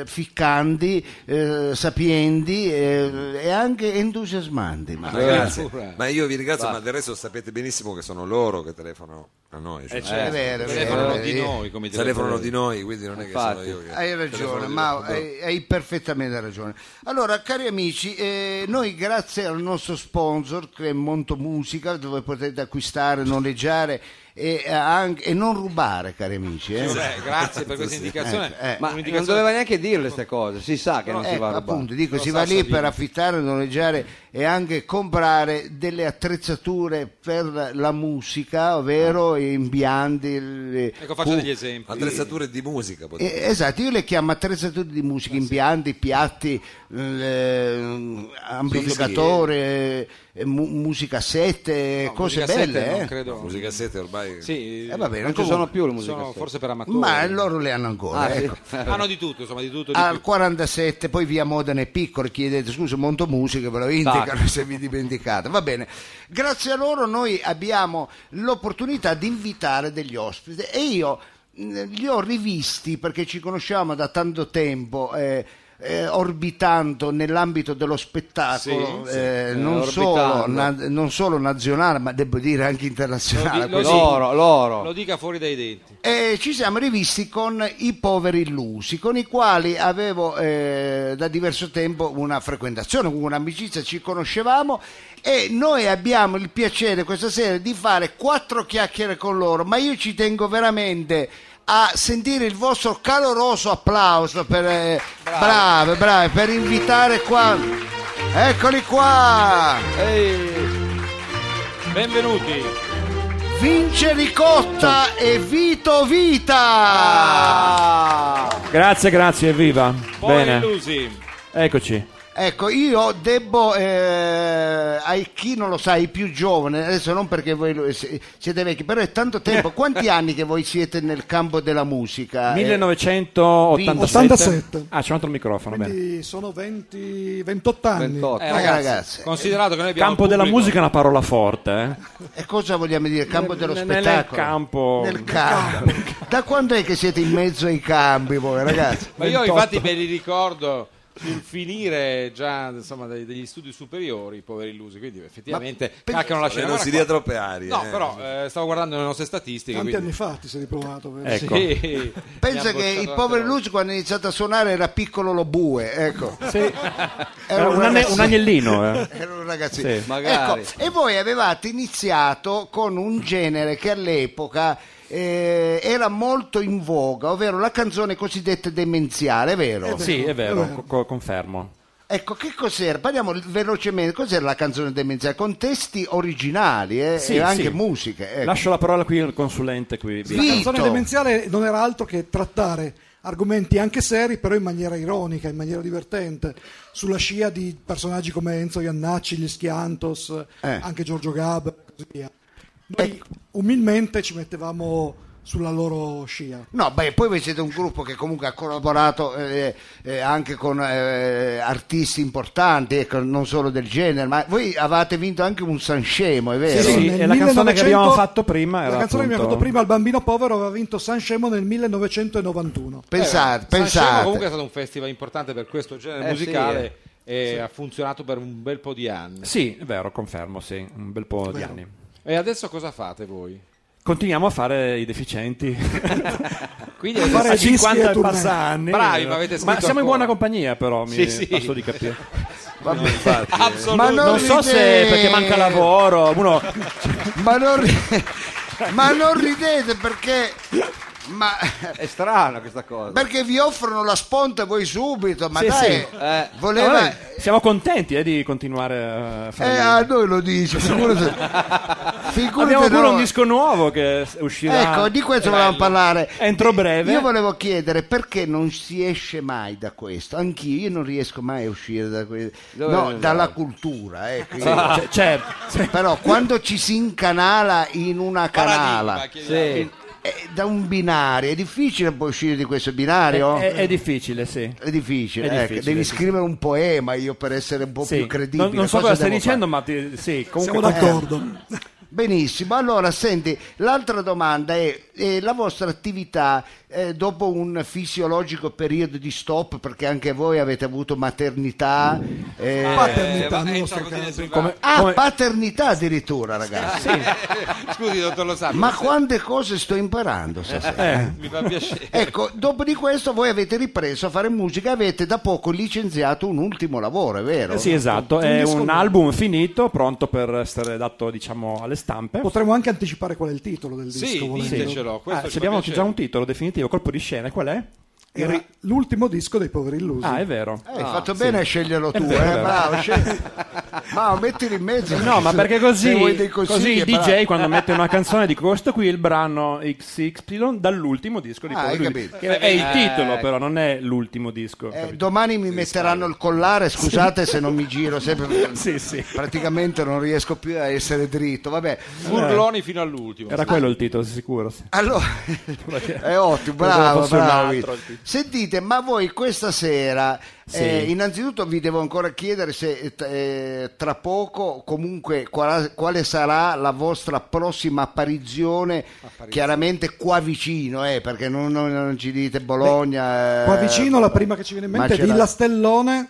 C: eh, ficcanti, eh, sapienti eh, e anche entusiasmanti. ma-
D: Ragazzi,
A: Addirittura.
D: ma io vi ringrazio, ma del resto sapete benissimo che sono loro che telefonano a noi. cioè,
A: Eh, certo,
C: È vero, è
A: telefonano
C: vero,
A: di
C: eh.
A: noi come
D: telefonano
A: direttore.
D: di noi, quindi non è che
E: Infatti.
D: sono io che...
C: Hai ragione, ma hai, hai perfettamente ragione. Allora, cari amici, eh, noi grazie al nostro sponsor che è Monto Musica, dove potete acquistare, noleggiare e, eh, anche- e non rubare, cari amici. eh.
A: Vabbè, grazie per questa indicazione.
C: Eh, eh.
E: Ma non
A: Un'indicazione-
E: doveva neanche dirle queste cose, si sa che non si
C: Ecco,
E: va a rubare.
C: appunto, dico,
A: Lo
C: si
A: sa
C: va lì
A: Savino.
C: per affittare, noleggiare e anche comprare delle attrezzature per la musica, ovvero impianti. le-
A: Ah. Ecco, faccio
C: pu-
A: degli esempi.
D: Attrezzature di musica, potete-
C: Eh, esatto, io le chiamo attrezzature di musica,
A: Eh,
C: impianti, piatti, eh, amplificatore, eh, mu- musicassette,
A: No,
C: cose
A: musicassette
C: belle.
A: non
C: eh.
A: credo.
D: musicassette ormai...
A: Sì,
C: Eh, va bene,
E: Non ci
C: comunque.
E: sono più le musiche.
A: sono forse per amatori.
C: Ma loro le hanno ancora.
E: Ah, sì.
C: ecco. Ah,
A: Hanno di tutto, insomma, di tutto di
C: Al
A: più.
C: 47, poi via Modena e Piccolo, chiedete scusa, Monto Musica, ve lo indicano se vi dimenticate. Va bene, grazie a loro noi abbiamo l'opportunità di invitare degli ospiti e io mh, li ho rivisti perché ci conosciamo da tanto tempo. eh, eh, orbitando nell'ambito dello spettacolo
A: Sì, sì.
C: eh, non, solo,
E: orbitando.
C: na- non solo nazionale ma devo dire anche internazionale
A: Lo di- lo
C: quindi-
A: dico.
E: Loro, loro.
A: Lo dica fuori dai denti.
C: e ci siamo rivisti con i poveri illusi, con i quali avevo eh, da diverso tempo una frequentazione, un'amicizia, ci conoscevamo e noi abbiamo il piacere questa sera di fare quattro chiacchiere con loro, ma io ci tengo veramente a sentire il vostro caloroso applauso per eh, brave, brave, per invitare qua. Eccoli qua!
E: Ehi,
A: Benvenuti.
C: Vince Ricotta e Vito Vita!
I: Grazie, grazie, evviva.
A: Poi Eh,
I: Bene,
A: illusi.
I: eccoci.
C: Ecco, io debbo, eh, ai chi non lo sa, ai più giovani, adesso non perché voi lo- se- siete vecchi, però è tanto tempo, quanti anni che voi siete nel campo della musica? Eh,
I: 1987.
J: 87.
I: Ah, c'è un altro microfono, bene.
J: Quindi sono 20, 28 anni.
E: 28.
A: Eh,
C: ragazzi,
A: Considerato che noi abbiamo
I: Campo
A: il
I: della
A: pubblico-
I: musica è una parola forte, eh.
C: E cosa vogliamo dire? Campo dello
I: Nel- nel
C: spettacolo?
I: campo.
C: Nel campo. Da quando è che siete in mezzo ai campi voi, ragazzi?
A: Ma io infatti ve li ricordo sul finire già insomma dei- degli studi superiori, i poveri illusi, quindi effettivamente
C: pe-
A: caccano la scena.
D: non si dia
A: Guarda qua.
D: troppe arie.
A: No,
D: eh.
A: però eh, stavo guardando le nostre statistiche.
J: Tanti anni
A: Quindi...
J: fa ti sei riprovato, vero?
I: Ecco.
A: Sì.
C: Pensa
A: Mi ha
C: che il
A: bocciato
C: povero
A: anche lui.
C: Lucio quando ha iniziato a suonare era piccolo lo bue, ecco. Era
I: Era un, ane-
C: ragazzo-
I: un agnellino, eh.
C: Era un ragazzino.
I: Sì.
E: Magari.
C: Ecco, e voi avevate iniziato con un genere che all'epoca eh, era molto in voga, ovvero la canzone cosiddetta demenziale, Eh, vero?
I: Eh, Sì, è vero, co- co- confermo.
C: Ecco, che cos'era? Parliamo velocemente, cos'era la canzone demenziale? Con testi originali eh,
I: Sì,
C: e anche
I: sì.
C: musiche. ecco.
I: Lascio la parola qui al consulente qui.
J: La
C: Vito.
J: canzone demenziale non era altro che trattare argomenti anche seri, però in maniera ironica, in maniera divertente, sulla scia di personaggi come Enzo Iannacci, gli Schiantos,
C: Eh.
J: anche Giorgio Gab, e così via. Noi
C: Ecco.
J: umilmente ci mettevamo sulla loro scia.
C: No, beh, poi voi siete un gruppo che comunque ha collaborato eh, eh, anche con eh, artisti importanti, ecco, non solo del genere, ma voi avete vinto anche un Sanremo, è vero?
I: Sì, sì.
J: nel
I: e la canzone che abbiamo
J: 1900
I: fatto prima
J: La
I: era
J: canzone che abbiamo
I: appunto-
J: fatto prima, Il bambino povero, aveva vinto Sanremo nel Eh, 1991.
C: Pensate,
A: Eh, Sanremo
C: pensate.
A: comunque è stato un festival importante per questo genere
E: Eh,
A: musicale e ha funzionato per un bel po' di anni.
I: Sì, è vero, confermo, sì, un bel po' di anni.
A: E adesso cosa fate voi?
I: Continuiamo a fare i deficienti.
A: Quindi
J: A fare
I: a
J: dischi e
I: 50 e
J: tournée.
I: passa anni.
A: Bravi, ma avete scritto
I: siamo in
A: ancora.
I: buona compagnia però, mi
A: Sì, sì.
I: passo di capire.
C: Vabbè.
A: Assolutamente.
C: Ma
I: Non so se
C: ridete.
I: perché manca lavoro, uno
C: ma, non ri- ma non ridete perché, ma-
E: È strana questa cosa.
C: perché vi offrono la sponda voi subito, ma
I: Sì,
C: dai,
I: sì.
E: Eh,
C: voleva...
I: Vabbè, siamo contenti eh, di continuare a
C: Eh,
I: fare.
C: a noi lo dice, figurati. figurati
I: Abbiamo pure
C: noi.
I: un disco nuovo che uscirà.
C: Ecco, di questo volevamo parlare.
I: Entro breve.
C: Io volevo chiedere perché non si esce mai da questo. Anch'io, io non riesco mai a uscire da questo.
E: Dove
C: No,
E: andare?
C: dalla cultura, ecco.
I: Sì, c- certo. sì.
C: Però quando ci si incanala in una canala,
A: Paradigma, chiediamo.
E: Sì.
C: eh, da un binario, è difficile poi uscire di questo binario?
I: È, è difficile, sì.
C: È difficile,
I: È
C: ecco.
I: difficile,
C: devi
I: sì.
C: scrivere un poema io per essere un po'
I: Sì.
C: più credibile.
I: Non, non so cosa
C: Cosa
I: stai
C: devo fare?
I: dicendo, Eh, ma
C: Eh,
I: ti- sì, comunque
J: Siamo d'accordo.
C: Benissimo, allora senti, l'altra domanda è eh, la vostra attività eh, dopo un fisiologico periodo di stop, perché anche voi avete avuto maternità, eh,
B: Paternità,
A: Eh,
B: non lo
A: entra
B: so,
A: così nel
B: cazzo.
A: privato.
K: Come,
C: ah,
K: come-
C: paternità addirittura, ragazzi.
A: Ah! Scusi, dottor Lo Sapio, Eh,
C: Ma eh. quante cose sto imparando stasera.
K: Eh.
A: mi fa piacere.
C: Ecco, dopo di questo voi avete ripreso a fare musica, avete da poco licenziato un ultimo lavoro, è vero?
K: eh, sì, esatto, è
B: disco
K: un
B: nuovo.
K: album finito, pronto per essere dato diciamo alle stampe.
B: Potremmo anche anticipare qual è il titolo del
A: Sì,
B: disco. volendo.
A: ditecelo. questo ci
K: Ah, se
A: fa
K: abbiamo
A: piacere.
K: già un titolo definitivo, colpo di scena, qual è?
B: Era l'ultimo disco dei Poveri Illusi.
K: Ah, è vero.
C: Eh, Hai fatto bene a sceglierlo tu,
K: vero, è
C: eh,
K: vero.
C: bravo. scegli- Mao, mettilo in mezzo.
K: No, ma perché così,
C: Se vuoi dei consigli,
K: così il
C: bravo.
K: DJ quando mette una canzone di questo qui il brano XY dall'ultimo disco di
C: Ah,
K: Paolo
C: hai
K: Ruiz,
C: capito.
K: che è
A: Eh.
K: il titolo però, non è l'ultimo disco.
C: Eh,
K: capito?
C: domani mi metteranno il collare, scusate se non mi giro sempre. perché
K: Sì, sì.
C: Praticamente non riesco più a essere dritto. Vabbè,
A: Furloni fino all'ultimo.
K: Era quello il titolo, sì, sicuro. sì.
C: allora è ottimo,
K: Pensavo
C: bravo,
K: fosse un
C: bravo.
K: altro il
C: Vito. Sentite, ma voi questa sera,
K: Sì.
C: eh, innanzitutto vi devo ancora chiedere se eh, tra poco, comunque, qual- quale sarà la vostra prossima apparizione, chiaramente qua vicino, eh, perché non, non- non ci dite Bologna.
B: Ah. Qua
C: eh,
B: vicino la prima che ci viene in
C: ma
B: mente è
C: ce l'ha-
B: Villa Stellone.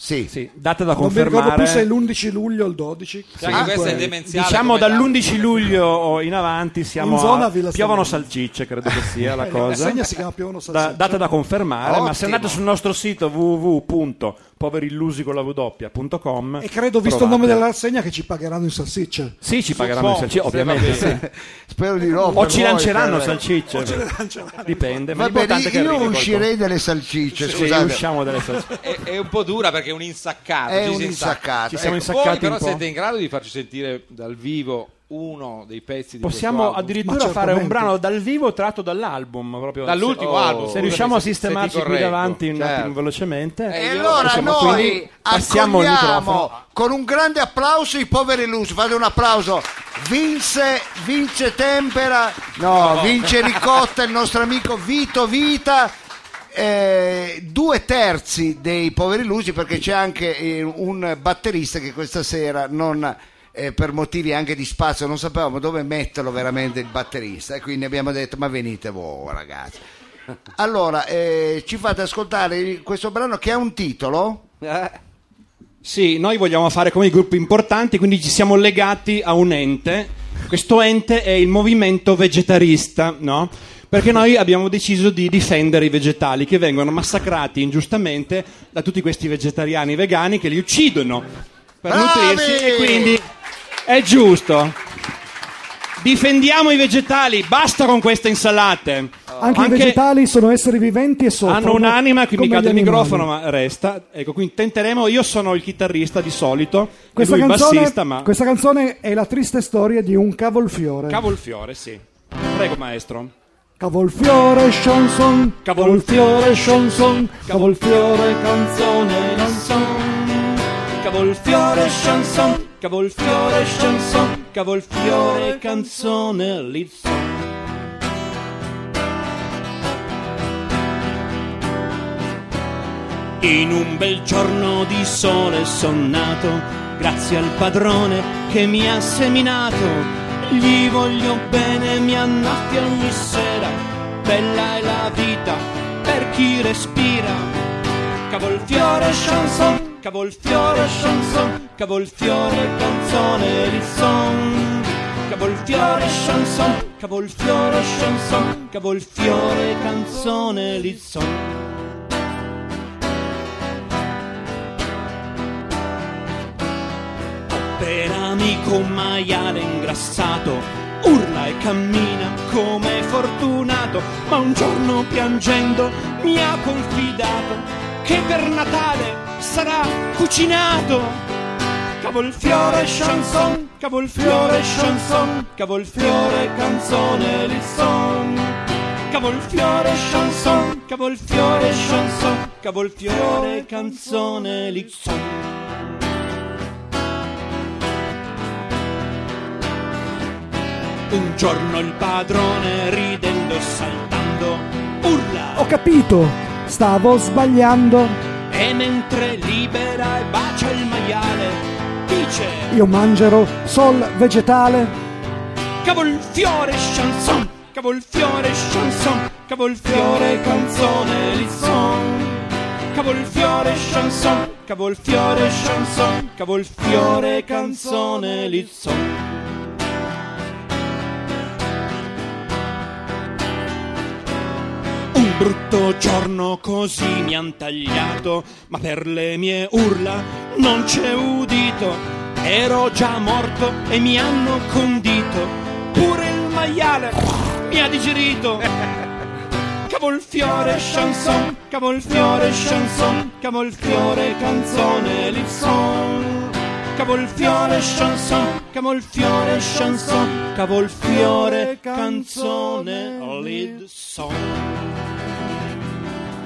C: Sì.
K: Sì, data da
B: Non mi ricordo
K: confermare.
B: più se è l'11 luglio o il 12.
A: Cioè, anche questo è
B: Comunque,
A: demenziale.
K: Diciamo
A: come data.
K: dall'11 luglio in avanti siamo
B: In zona
K: a
B: Villa
K: Piovono
B: Stellone.
K: Salcicce, credo che sia la
B: Eh,
K: cosa.
B: la rassegna si chiama Piovono
K: Da-
B: Salsicce.
K: data da confermare, ma se
C: Ottimo.
K: andate sul nostro sito www.poverillusicolavdoppia.com
B: E credo, visto il nome della rassegna, che ci pagheranno in salsicce.
K: Sì, ci pagheranno
A: Suppongo, se
K: salsicce, ovviamente.
J: eh,
A: va bene.
K: sì.
C: Spero di no.
K: O
C: per
K: ci
C: voi,
K: lanceranno
C: per-
K: salsicce. Dipende, ma
C: Va bene,
K: l'importante è che
C: io
K: arrivi
C: uscirei dalle salsicce,
K: qualcosa.
C: Cioè,
K: Sì,
C: scusate.
K: usciamo dalle salsicce.
A: È, è un po' dura perché è un insaccato.
C: È
A: ci si
C: un
A: insacca.
C: insaccato.
K: Ci siamo
C: Ecco,
K: insaccati
A: Voi però
K: un po'.
A: siete in grado di farci sentire dal vivo uno dei pezzi di
K: Possiamo
A: questo album?
B: Ma
K: addirittura fare
B: certamente.
K: un brano dal vivo tratto dall'album. Proprio
A: Dall'ultimo
K: se,
A: album,
K: Se
A: scusami,
K: riusciamo a
A: se- se ti
K: sistemarci qui
A: correggo.
K: davanti un
A: Certo.
K: attimo velocemente.
A: Eh,
C: E
A: io-
C: allora
K: possiamo
C: noi
K: quindi- passiamo il
C: accogliamo
K: microfono.
C: con un grande applauso i poveri illusi. Fate un applauso. Vince, vince Tempera, no, vince Ricotta, il nostro amico Vito Vita. Eh, due terzi dei poveri illusi perché c'è anche eh, un batterista che questa sera non eh, per motivi anche di spazio non sapevamo dove metterlo veramente il batterista e quindi abbiamo detto ma venite voi ragazzi allora eh, ci fate ascoltare questo brano che ha un titolo
E: Eh,
K: Sì, noi vogliamo fare come i gruppi importanti, quindi ci siamo legati a un ente. Questo ente è il movimento vegetarista, no? Perché noi abbiamo deciso di difendere i vegetali che vengono massacrati ingiustamente da tutti questi vegetariani vegani che li uccidono per
C: Bravi!
K: nutrirsi e quindi è giusto. Difendiamo i vegetali, basta con queste insalate.
B: Anche, i vegetali sono esseri viventi e soffrono.
K: Hanno un'anima, qui mi
B: come
K: cade il
B: gli animali.
K: microfono, ma resta. Ecco, quindi tenteremo. Io sono il chitarrista di solito,
B: Questa,
K: e lui il
B: canzone,
K: bassista, ma.
B: questa canzone è la triste storia di un cavolfiore.
K: Cavolfiore, sì. Prego, maestro.
B: cavolfiore, chanson,
K: Cavolfiore,
B: chanson,
K: Cavolfiore, canzone, chanson. Cavolfiore, chanson. Cavolfiore, chanson. Cavolfiore, canzone, lizzo. In un bel giorno di sole son nato, grazie al padrone che mi ha seminato. Gli voglio bene, mi annaffia ogni sera. Bella è la vita per chi respira. Cavolfiore chanson, cavolfiore chanson, cavolfiore canzone di son. Cavolfiore chanson, cavolfiore chanson, cavolfiore canzone di son. per amico un maiale ingrassato urla e cammina come fortunato ma un giorno piangendo mi ha confidato che per Natale sarà cucinato cavolfiore chanson cavolfiore chanson cavolfiore canzone lisson cavolfiore chanson cavolfiore chanson cavolfiore canzone lisson Un giorno il padrone ridendo e saltando urla
B: Ho capito, stavo sbagliando.
K: e mentre libera e bacia il maiale dice
B: Io mangerò sol vegetale.
K: Cavolfiore chanson, cavo il fiore chanson, cavo il fiore canzone lisson. Cavo il fiore chanson, cavo il fiore chanson, cavo il fiore canzone lisson. Un brutto giorno così mi han tagliato, ma per le mie urla non c'è udito. Ero già morto e mi hanno condito, pure il maiale mi ha digerito. Cavo il fiore chanson, cavo il fiore chanson, cavo il fiore canzone lisson. Cavo il fiore chanson, cavo il fiore chanson, cavo il fiore canzone lisson.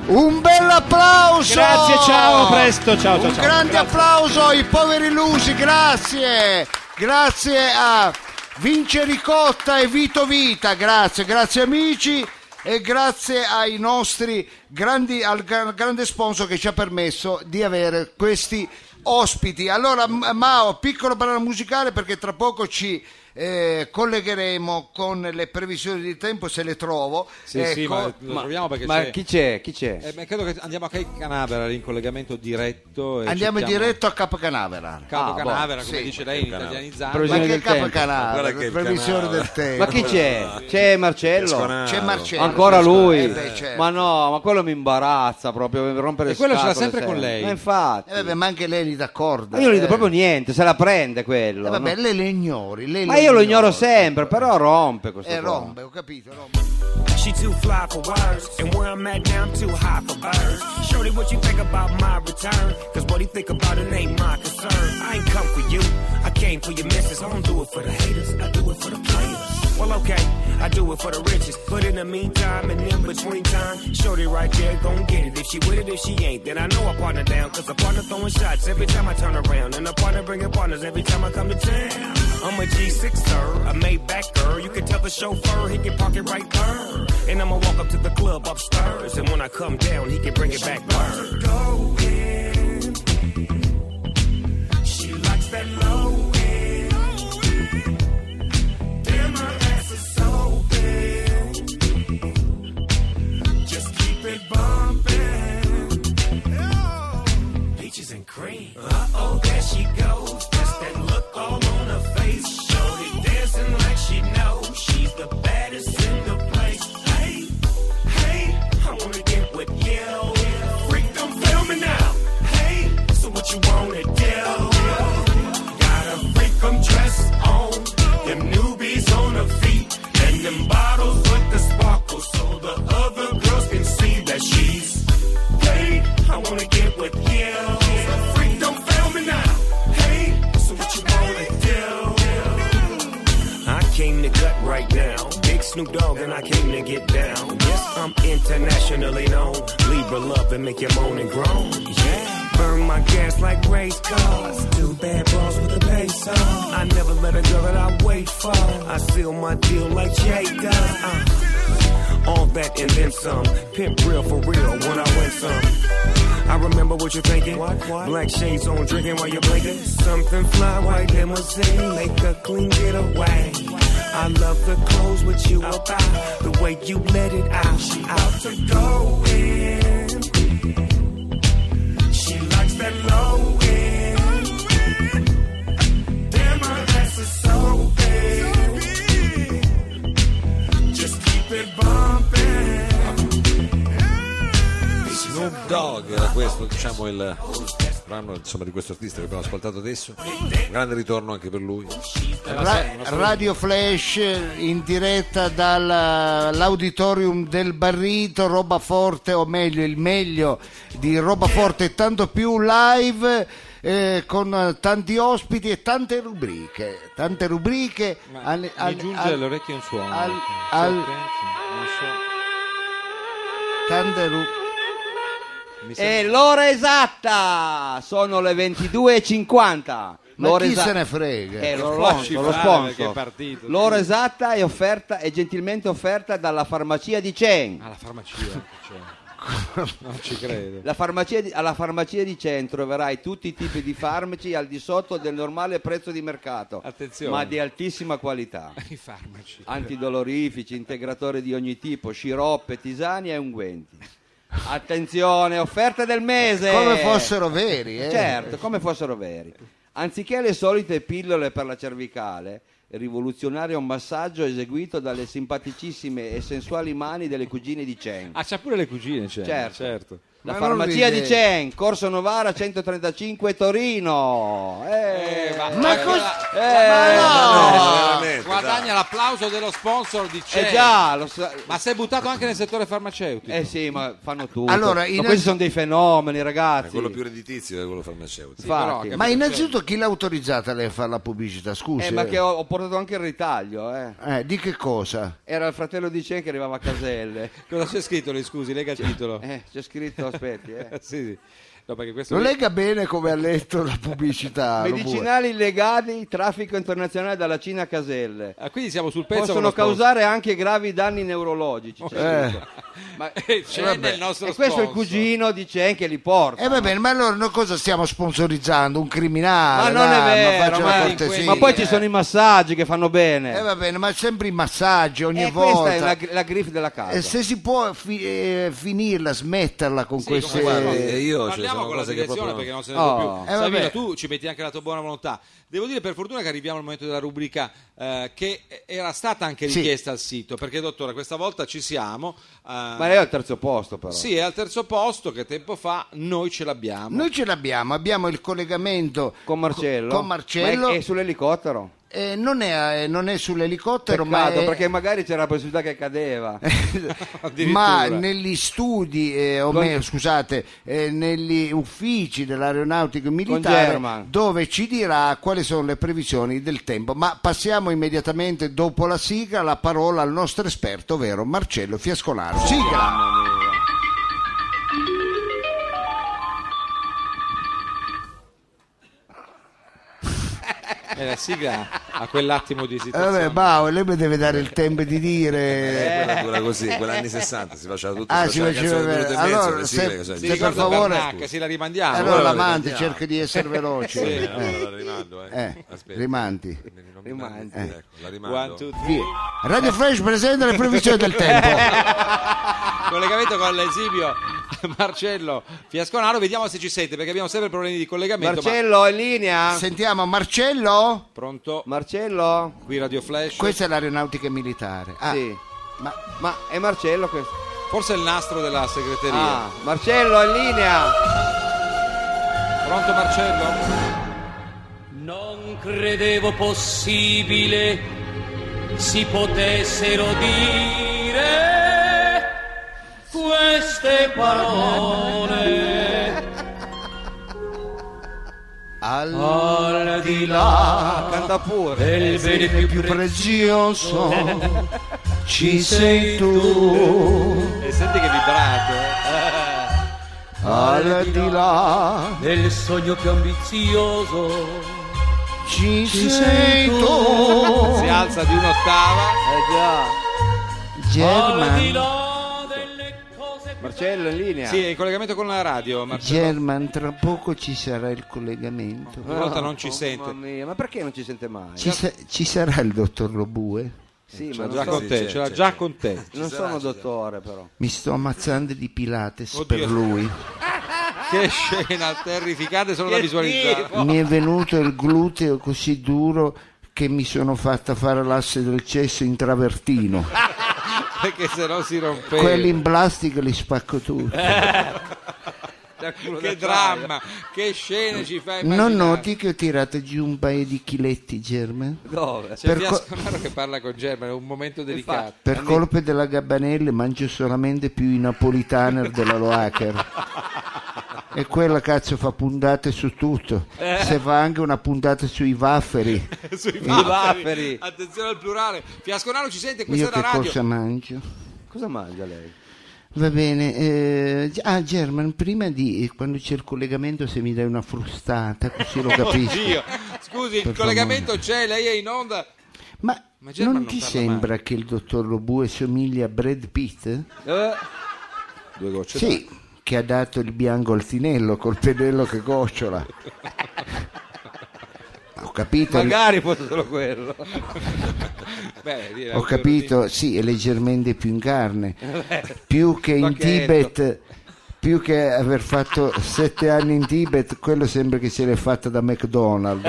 C: Un bel applauso!
K: Grazie, ciao, a presto, ciao, ciao,
C: Un
K: ciao.
C: grande
K: Grazie.
C: applauso ai poveri illusi, grazie! Grazie a Vince Ricotta e Vito Vita, grazie, grazie amici e grazie ai nostri grandi, al gra- grande sponsor che ci ha permesso di avere questi ospiti. Allora, M- Mao, piccolo brano musicale perché tra poco ci eh, collegheremo con le previsioni di tempo se le trovo.
A: Sì, sì,
C: Ecco.
A: ma lo troviamo perché
E: Ma
A: c'è.
E: chi c'è? Chi c'è?
A: Eh, ma credo che andiamo a Cape Canaveral in collegamento diretto. E
C: Andiamo
A: cerchiamo-
C: diretto a Capo Canaveral.
A: Capo
E: Ah,
A: Canavera, come
C: sì.
A: dice lei in
D: Canavera.
A: italianizzando.
E: Previsione
C: Ma che
E: del
C: capo
E: tempo.
D: Guarda
C: canale,
D: che
C: previsione
D: canale.
C: del tempo.
D: Ma
E: Ma chi c'è? C'è Marcello?
D: Sconaro.
C: C'è Marcello.
E: Ancora lui?
C: Eh beh, certo.
E: Ma no, ma quello mi imbarazza proprio per rompere
A: E
E: le
A: quello ce l'ha
E: scatole
A: sempre con lei.
E: Ma infatti.
C: Eh, vabbè, ma anche lei li d'accordo.
E: Ma io non gli do proprio niente, se la prende quello.
C: Eh, vabbè,
E: no?
C: lei le ignori. lei
E: Ma
C: le
E: io lo
C: ignori.
E: ignoro sempre, però rompe questo.
C: Eh,
E: qua.
C: rompe, ho capito, rompe.
L: She too fly for words, and where I'm at now, I'm too high for birds. Shorty, what you think about my return? Cause what he think about it ain't my concern. I ain't come for you, I came for your missus. I don't do it for the haters, I do it for the players. Well, okay, I do it for the riches. But in the meantime and in between time, Shorty right there gon' get it. If she with it, if she ain't, then I know I partner down. Cause a partner throwing shots every time I turn around. And a partner bringing partners every time I come to town. I'm a G6er, a Maybach girl. You can tell the chauffeur he can park it right there. And I'ma walk up to the club upstairs. And when I come down, he can bring it back. Word. Go in. She likes that low end. Damn, her ass is so big. Just keep it bumping. Peaches and cream. Uh oh, there she goes. Just that look all on her face. Shorty dancing like she knows she's the baddest in the place. Hey, hey, I wanna get with you. Freak, don't fail me now. Hey, so what you wanna do? Got a freak, I'm dressed on. Them newbies on her feet. And them bottles with the sparkle so the other girls can see that she's Hey, I wanna get with you. So freak, don't fail me now. Hey, so what you wanna do? I came to cut right now. Big Snoop Dogg and I came to get down. Yes, I'm internationally known. Libra love and make you moan and groan. Yeah. Burn my gas like race cars. Two bad bras with a bass on. I never let a girl that I wait for. I seal my deal like Jay does. Uh, all that and then some. Pimp real for real when I win some. I remember what you're thinking. What, what? Black shades on, drinking while you're blinking. Something fly, white limousine, make a clean getaway. I love the clothes what you about, the way you let it out. She out to go in. She likes that low end. Damn, her ass is so big. Just keep it bumping.
D: Snoop Dogg era questo, diciamo, il brano insomma, di questo artista che abbiamo ascoltato adesso. Un grande ritorno anche per lui.
C: Ra- Radio Flash in diretta dall'auditorium del Barrito, roba forte, o meglio, il meglio di roba forte, tanto più live. eh, con eh, tanti ospiti e tante rubriche, tante rubriche alle-
A: Mi
C: al-
A: giunge
C: al-
A: alle orecchie un suono. eh,
C: al-
A: Sì,
C: al-
A: non so.
C: tante ru- Eh,
A: Mi sembra-
E: È Eh, l'ora esatta! Sono le 22.50.
C: Ma
E: L'ora
C: chi
E: esa-
C: se ne frega?
E: Eh, lo
A: Lasci
E: sponsor, lo
A: fare,
E: sponsor.
A: perché è partito.
E: L'ora esatta è offerta è gentilmente offerta dalla farmacia di Chen.
A: Ah, la farmacia. cioè.
D: Non ci credo.
E: La farmacia di- alla farmacia di centro troverai tutti i tipi di farmaci al di sotto del normale prezzo di mercato,
A: Attenzione.
E: ma di altissima qualità.
A: I farmaci.
E: Antidolorifici, integratori di ogni tipo, sciroppe, tisani e unguenti. Attenzione, offerte del mese!
C: Come fossero veri, eh?
E: Certo, come fossero veri. Anziché le solite pillole per la cervicale, rivoluzionario massaggio eseguito dalle simpaticissime e sensuali mani delle cugine di Chen.
A: Ah, c'ha pure le cugine, c'è.
E: Certo.
A: certo.
E: La
A: Ma non
E: farmacia di
A: ride.
E: Chen, Corso Novara 135 Torino. Eh,
A: Eh, ma
E: ma
A: Eh,
E: cos-
A: ma-
E: eh,
A: ma no!
E: veramente,
A: Guadagna l'applauso dello sponsor di Cena.
E: Eh, già, lo sa-
A: Ma sei buttato anche nel settore farmaceutico.
E: eh sì, ma fanno tutto.
C: Allora,
E: ma
C: innanzi-
E: questi sono dei fenomeni,
A: Eh,
D: È
E: ragazzi.
D: Eh, quello più redditizio è quello farmaceutico.
E: Infatti.
C: Ma innanzitutto chi l'ha autorizzata lei a fare la pubblicità? Scusi.
E: Eh, ma che ho, ho portato anche il ritaglio, eh.
C: Eh, di che cosa?
E: Era il fratello di Chen che arrivava a Caselle.
A: Cosa c'è scritto lì? Scusi, lega il titolo.
E: Eh, c'è scritto, aspetti, eh.
A: sì, sì. No, perché questo
C: Lo lega bene come ha letto la pubblicità. lo vuoi?
E: Medicinali legali, traffico internazionale dalla Cina a Caselle.
A: Ah, quindi siamo sul pezzo.
E: Possono
A: con lo
E: causare anche gravi danni neurologici. c'è scritto. Ma-
A: sponsor. Eh, Cena
C: vabbè.
A: è il nostro
E: e questo è il
A: sponsor.
E: cugino di Chen che li porta.
C: Eh va bene, ma allora noi cosa stiamo sponsorizzando? Un
E: ma
C: criminale?
E: non
C: dai,
E: è
C: ma
E: vero,
C: faccia
E: ma,
C: una cortesia.
E: ma
A: Eh.
E: poi ci sono i massaggi che fanno bene.
C: Eh va bene, ma sempre i massaggi ogni
E: Eh, questa
C: volta.
E: è la, gr- la griff della casa.
C: E se si può fi- eh, finirla, smetterla con queste...
D: Eh, io ce ne
A: Parliamo
D: sono
A: con la
D: cose che
A: direzione
D: proprio...
A: perché non se ne
E: Oh.
A: può più.
E: Eh,
A: Savino,
C: vabbè.
A: tu ci metti anche la tua buona volontà. Devo dire per fortuna che arriviamo al momento della rubrica eh, che era stata anche
C: Sì.
A: richiesta al sito, perché dottore, questa volta ci siamo. eh,
E: Ma lei è al terzo posto, però.
A: Sì, è al terzo posto che tempo fa noi ce l'abbiamo.
C: Noi ce l'abbiamo, abbiamo il collegamento
E: Con Marcello.
C: Con Marcello.
E: Ma è, è sull'elicottero.
C: Eh, non, è, eh, non è sull'elicottero, ma,
E: Peccato,
C: è- Eh,
E: perché magari c'era la possibilità che cadeva.
C: ma
A: Addirittura.
C: negli studi, eh, o
E: Con-
C: me- scusate, eh, negli uffici dell'aeronautica militare
E: German.
C: dove ci dirà quali sono le previsioni del tempo. Ma passiamo immediatamente dopo la sigla la parola al nostro esperto, ovvero Marcello Fiascolaro. Sigla!
A: Eh, la sigla a quell'attimo di
C: Eh,
A: esitazione. Eh.
C: vabbè, Bau, lei mi deve dare il tempo di dire.
D: Eh, Quella
E: Eh,
D: dura così, quegli anni 60 si faceva tutto,
C: Ah,
D: si faceva
C: si
D: la canzone
C: faceva-
D: di un minuto e mezzo,
C: allora,
D: le
C: se-
D: sigle, cosa-
C: se
A: Si
C: per
A: ricorda
C: favore-
A: Bernac, sì, la rimandiamo.
C: Allora,
D: Allora,
C: l'amante,
D: vediamo.
C: cerca di essere veloce.
D: Eh,
C: Eh,
D: allora la rimando, eh.
C: eh,
D: Aspetta.
C: rimandi.
D: Non mi-
E: Rimandi.
D: Ecco, la rimando.
A: One, two, three.
C: Via. Radio Flash presenta le previsioni del tempo.
A: Collegamento con l'esibio Marcello Fiasconaro, vediamo se ci sente perché abbiamo sempre problemi di collegamento. ma-
E: Marcello è in linea?
C: Sentiamo Marcello.
A: Pronto?
E: Marcello?
A: Qui Radio Flash.
C: Questa è l'aeronautica militare. Ah,
E: Sì.
C: ma
E: Ma è Marcello questo?
A: Forse è il nastro della segreteria.
E: Ah, Marcello è in linea?
A: Pronto Marcello?
L: Non credevo possibile si potessero dire queste parole
C: al
L: al di là
E: Canta pure.
L: del bene più prezioso
C: prezioso ci sei tu,
A: E senti che vibrato. eh.
C: al di là
L: del sogno più ambizioso
C: ci sei tu.
A: Si alza di un'ottava.
E: Eh già.
L: al di
C: German,
L: là delle cose più
E: Marcello è in linea?
A: Sì, è in collegamento con la radio, Marcello.
C: German, tra poco ci sarà il collegamento.
A: Una volta non
E: Oh,
A: ci
E: Mamma
A: sente.
E: mia, ma perché non ci sente mai?
C: Ci, sa- ci sarà il dottor Lobue?
E: Sì,
A: C'era
E: ma non,
A: già Eh,
E: so-
A: con te,
D: sì,
A: c'era
D: c'è,
A: già
D: c'è.
A: con te.
E: non sono dottore però.
C: Mi sto ammazzando di Pilates
A: Oddio.
C: per lui.
A: Che scena terrificante solo da visualizzare.
C: Mi è venuto il gluteo così duro che mi sono fatta fare l'asse del cesso in travertino.
A: Ah, Perché se no si rompeva.
C: Quelli in plastica li spacco tutti.
A: Eh, Che dramma, che scene ci fai
C: Non
A: immaginare.
C: noti che ho tirato giù un paio di chiletti, German?
E: Dove?
A: C'è
C: per
A: Fiasconaro che parla con Germano, è un momento delicato.
C: Per colpe della Gabanelle mangio solamente più i napolitaner della Loacker. E quella cazzo fa puntate su tutto. Se fa anche una puntata sui wafferi,
A: Eh. Sui
E: wafferi.
A: Attenzione al plurale. Fiasconaro ci sente, questa
C: io
A: è
C: che
A: la radio.
C: cosa mangio?
E: Cosa mangia lei?
C: Va bene, eh, ah German, prima di eh, quando c'è il collegamento se mi dai una frustata così lo capisco.
A: Oddio. Scusi, il
C: Per
A: collegamento c'è, lei è in onda.
C: Ma,
A: Ma German
C: non
A: non
C: ti
A: parla
C: sembra che il dottor Lobue somiglia a Brad Pitt?
E: Eh,
D: Due gocce
C: Sì, che ha dato il bianco al tinello col pennello che gocciola. Oh. Ho capito.
E: Magari fosse solo quello.
A: Beh, dire
C: Ho
A: ancora
C: capito, sì, è leggermente più in carne, più che in
E: pacchetto.
C: Tibet, più che aver fatto sette anni in Tibet, quello sembra che se l'è fatta da McDonald's.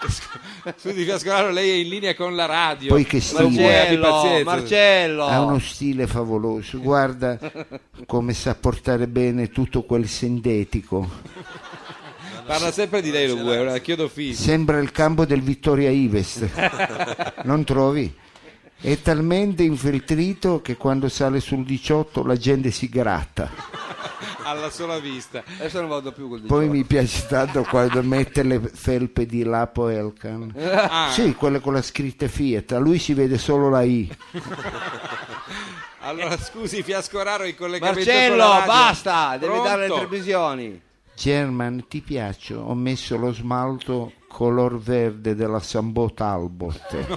A: di- Su di Fiascolaro lei è in linea con la radio.
C: Poi che
A: Ma non puoi, abbi
E: Eh? Marcello,
A: Eh, pazienza.
E: Marcello.
C: Ha uno stile favoloso, guarda come sa portare bene tutto quel sintetico.
A: Parla sempre di lei lo vuoi, allora chiodo fisso.
C: Sembra il campo del Vittoria Ives, non trovi? È talmente infeltrito che quando sale sul 18 la gente si gratta.
A: alla sola vista.
E: Adesso non vado più col
C: Poi
E: 18.
C: mi piace tanto quando mette le felpe di Lapo Elkan. Sì, quelle con la scritta Fiat, a lui si vede solo la I.
A: Allora scusi Fiascoraro il collegamento
E: Marcello,
A: con la radio.
E: basta, devi
A: Pronto?
E: dare le televisioni.
C: German, ti piaccio? Ho messo lo smalto color verde della Sambot Albot.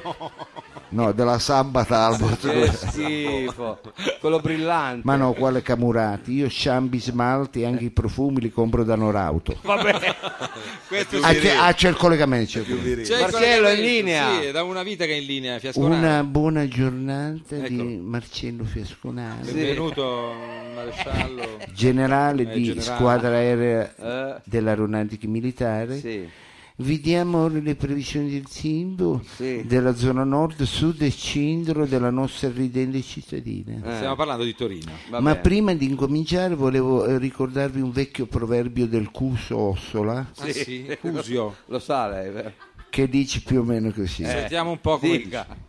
C: No, della Sambat
E: Che
C: Albot.
E: schifo. Quello brillante.
C: Ma no, quale Camurati? Io sciambi smalti e anche i profumi li compro da Norauto.
A: Questo
C: Ah,
A: sì.
C: c'è, ah, c'è il collegamento. c'è il collegamento.
A: C'è il
E: Marcello, è in
A: collegamento,
E: linea.
A: Sì, è da una vita che è in linea Fiascoraro.
C: Una buona giornata di
A: Eccolo.
C: Marcello Fiasconaro.
A: Benvenuto maresciallo.
C: generale
A: Eh,
C: di
A: generale. Eh,
C: squadra aerea dell'aeronautica militare.
E: Eh. Sì.
C: Vi diamo ora le previsioni del Simbo
E: Sì.
C: della zona nord, sud e centro della nostra ridente cittadina.
A: Stiamo parlando di Torino.
E: Eh. Va
C: Ma
E: bene.
C: prima di incominciare volevo eh, ricordarvi un vecchio proverbio del Cuso Ossola
A: Ah, sì? Cusio.
E: Lo sa lei, vero?
C: che dice più o meno così.
A: Eh. Sentiamo un po' come
E: Dica.
A: dice.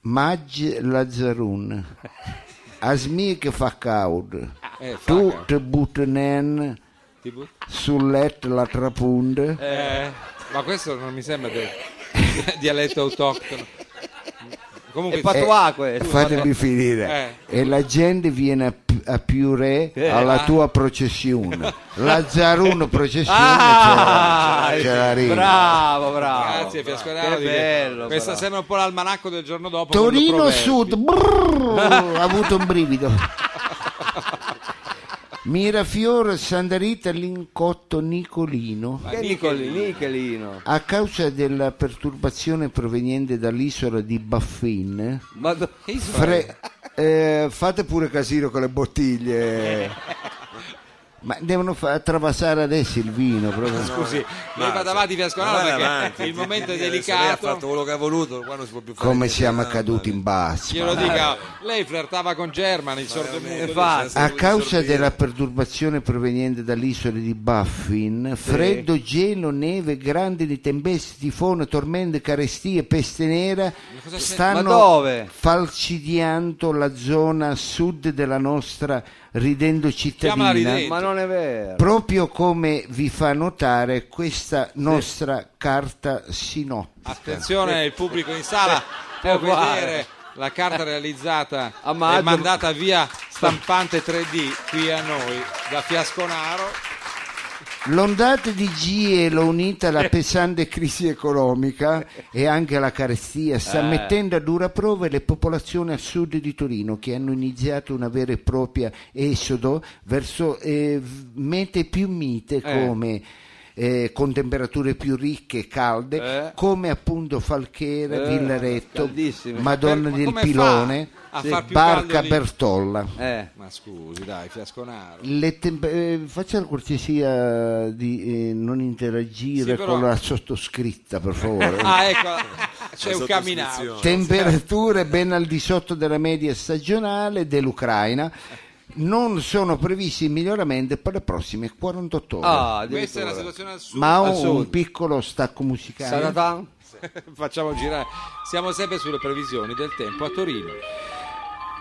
C: Maggi Lazzarun, a smì che fa caud,
A: Eh, fa
C: tu
A: caud.
C: te butti nen
A: Ti but-
C: sul letto la trapunde.
A: Eh, ma questo non mi sembra del dialetto autoctono. Comunque
E: È patois questo.
C: Fatemi
A: Eh.
C: finire. E la gente viene a, pi- a più re
A: Ah.
C: alla tua processione. Lazzaruno processione
E: Ah,
C: ce la- ce la rima.
E: bravo, bravo.
A: Grazie Fiascoraro.
E: Che
A: di-
E: bello.
A: Questa
E: però.
A: sembra un po' l'almanacco del giorno dopo. con lo
C: Torino
A: proverbio.
C: Sud, brrr, ha avuto un brivido. Mirafior, Santa Rita, Lincotto, Nicolino.
E: Che Nicoli- Nichelino.
C: A causa della perturbazione proveniente dall'isola di Baffin,
E: Ma do-
C: Fre- eh, fate pure casino con le bottiglie. Ma devono fa- travasare adesso il vino. proprio.
A: Scusi, lei va davanti Fiascoraro
D: vai
A: perché
D: cioè, avanti,
A: il
D: ti-
A: momento è
D: ti- adesso Lei ha fatto
A: delicato.
D: quello che ha voluto, qua non si può più fare
C: Come
D: niente.
C: siamo
D: Ah,
C: caduti in basso.
A: Glielo dica, lei flirtava con German, il sordomuto.
E: Infatti,
C: A causa della perturbazione proveniente dall'isola di Baffin, freddo, gelo, neve, grandi tempeste, tifone, tormente, carestie, peste nera
E: Ma
C: stanno
E: dove?
C: falcidiando la zona a sud della nostra ridendo
A: Chiamala
C: cittadina.
A: Ridendo.
E: Ma non è vero.
C: Proprio come vi fa notare questa nostra carta sinottica.
A: Attenzione, il pubblico in sala può
E: È uguale.
A: vedere la
C: Eh.
A: carta realizzata
E: A
A: e
E: maggio-
A: mandata via stampante 3D qui a noi da Fiasconaro.
C: L'ondata di Gielo unita
A: Eh.
C: alla pesante crisi economica e anche alla carestia sta
A: Eh.
C: mettendo a dura prova le popolazioni a sud di Torino che hanno iniziato una vera e propria esodo verso eh, v- mete più mite come eh, con temperature più ricche e calde
E: Eh.
C: come appunto Falchera,
E: Eh,
C: Villaretto,
E: caldissime.
C: Madonna
A: Per- Eh, ma
C: del
A: come fa
C: Pilone,
A: a far più caldo
C: Barca
A: lì?
C: Bertolla.
E: Eh.
A: Ma scusi, dai, Fiasconaro.
C: Le temp- eh, faccia la cortesia di eh, non interagire
A: Sì, però-
C: con la sottoscritta, per favore.
A: Ah, ecco, c'è un camminato.
C: Temperature ben al di sotto della media stagionale dell'Ucraina. Non sono previsti miglioramenti per le prossime 48 ore.
E: Ah,
A: Questa è
E: addirittura.
A: la situazione al sud.
C: Ma ho
E: sud.
C: un piccolo stacco musicale.
E: Saratan?
A: Facciamo girare. Siamo sempre sulle previsioni del tempo a Torino.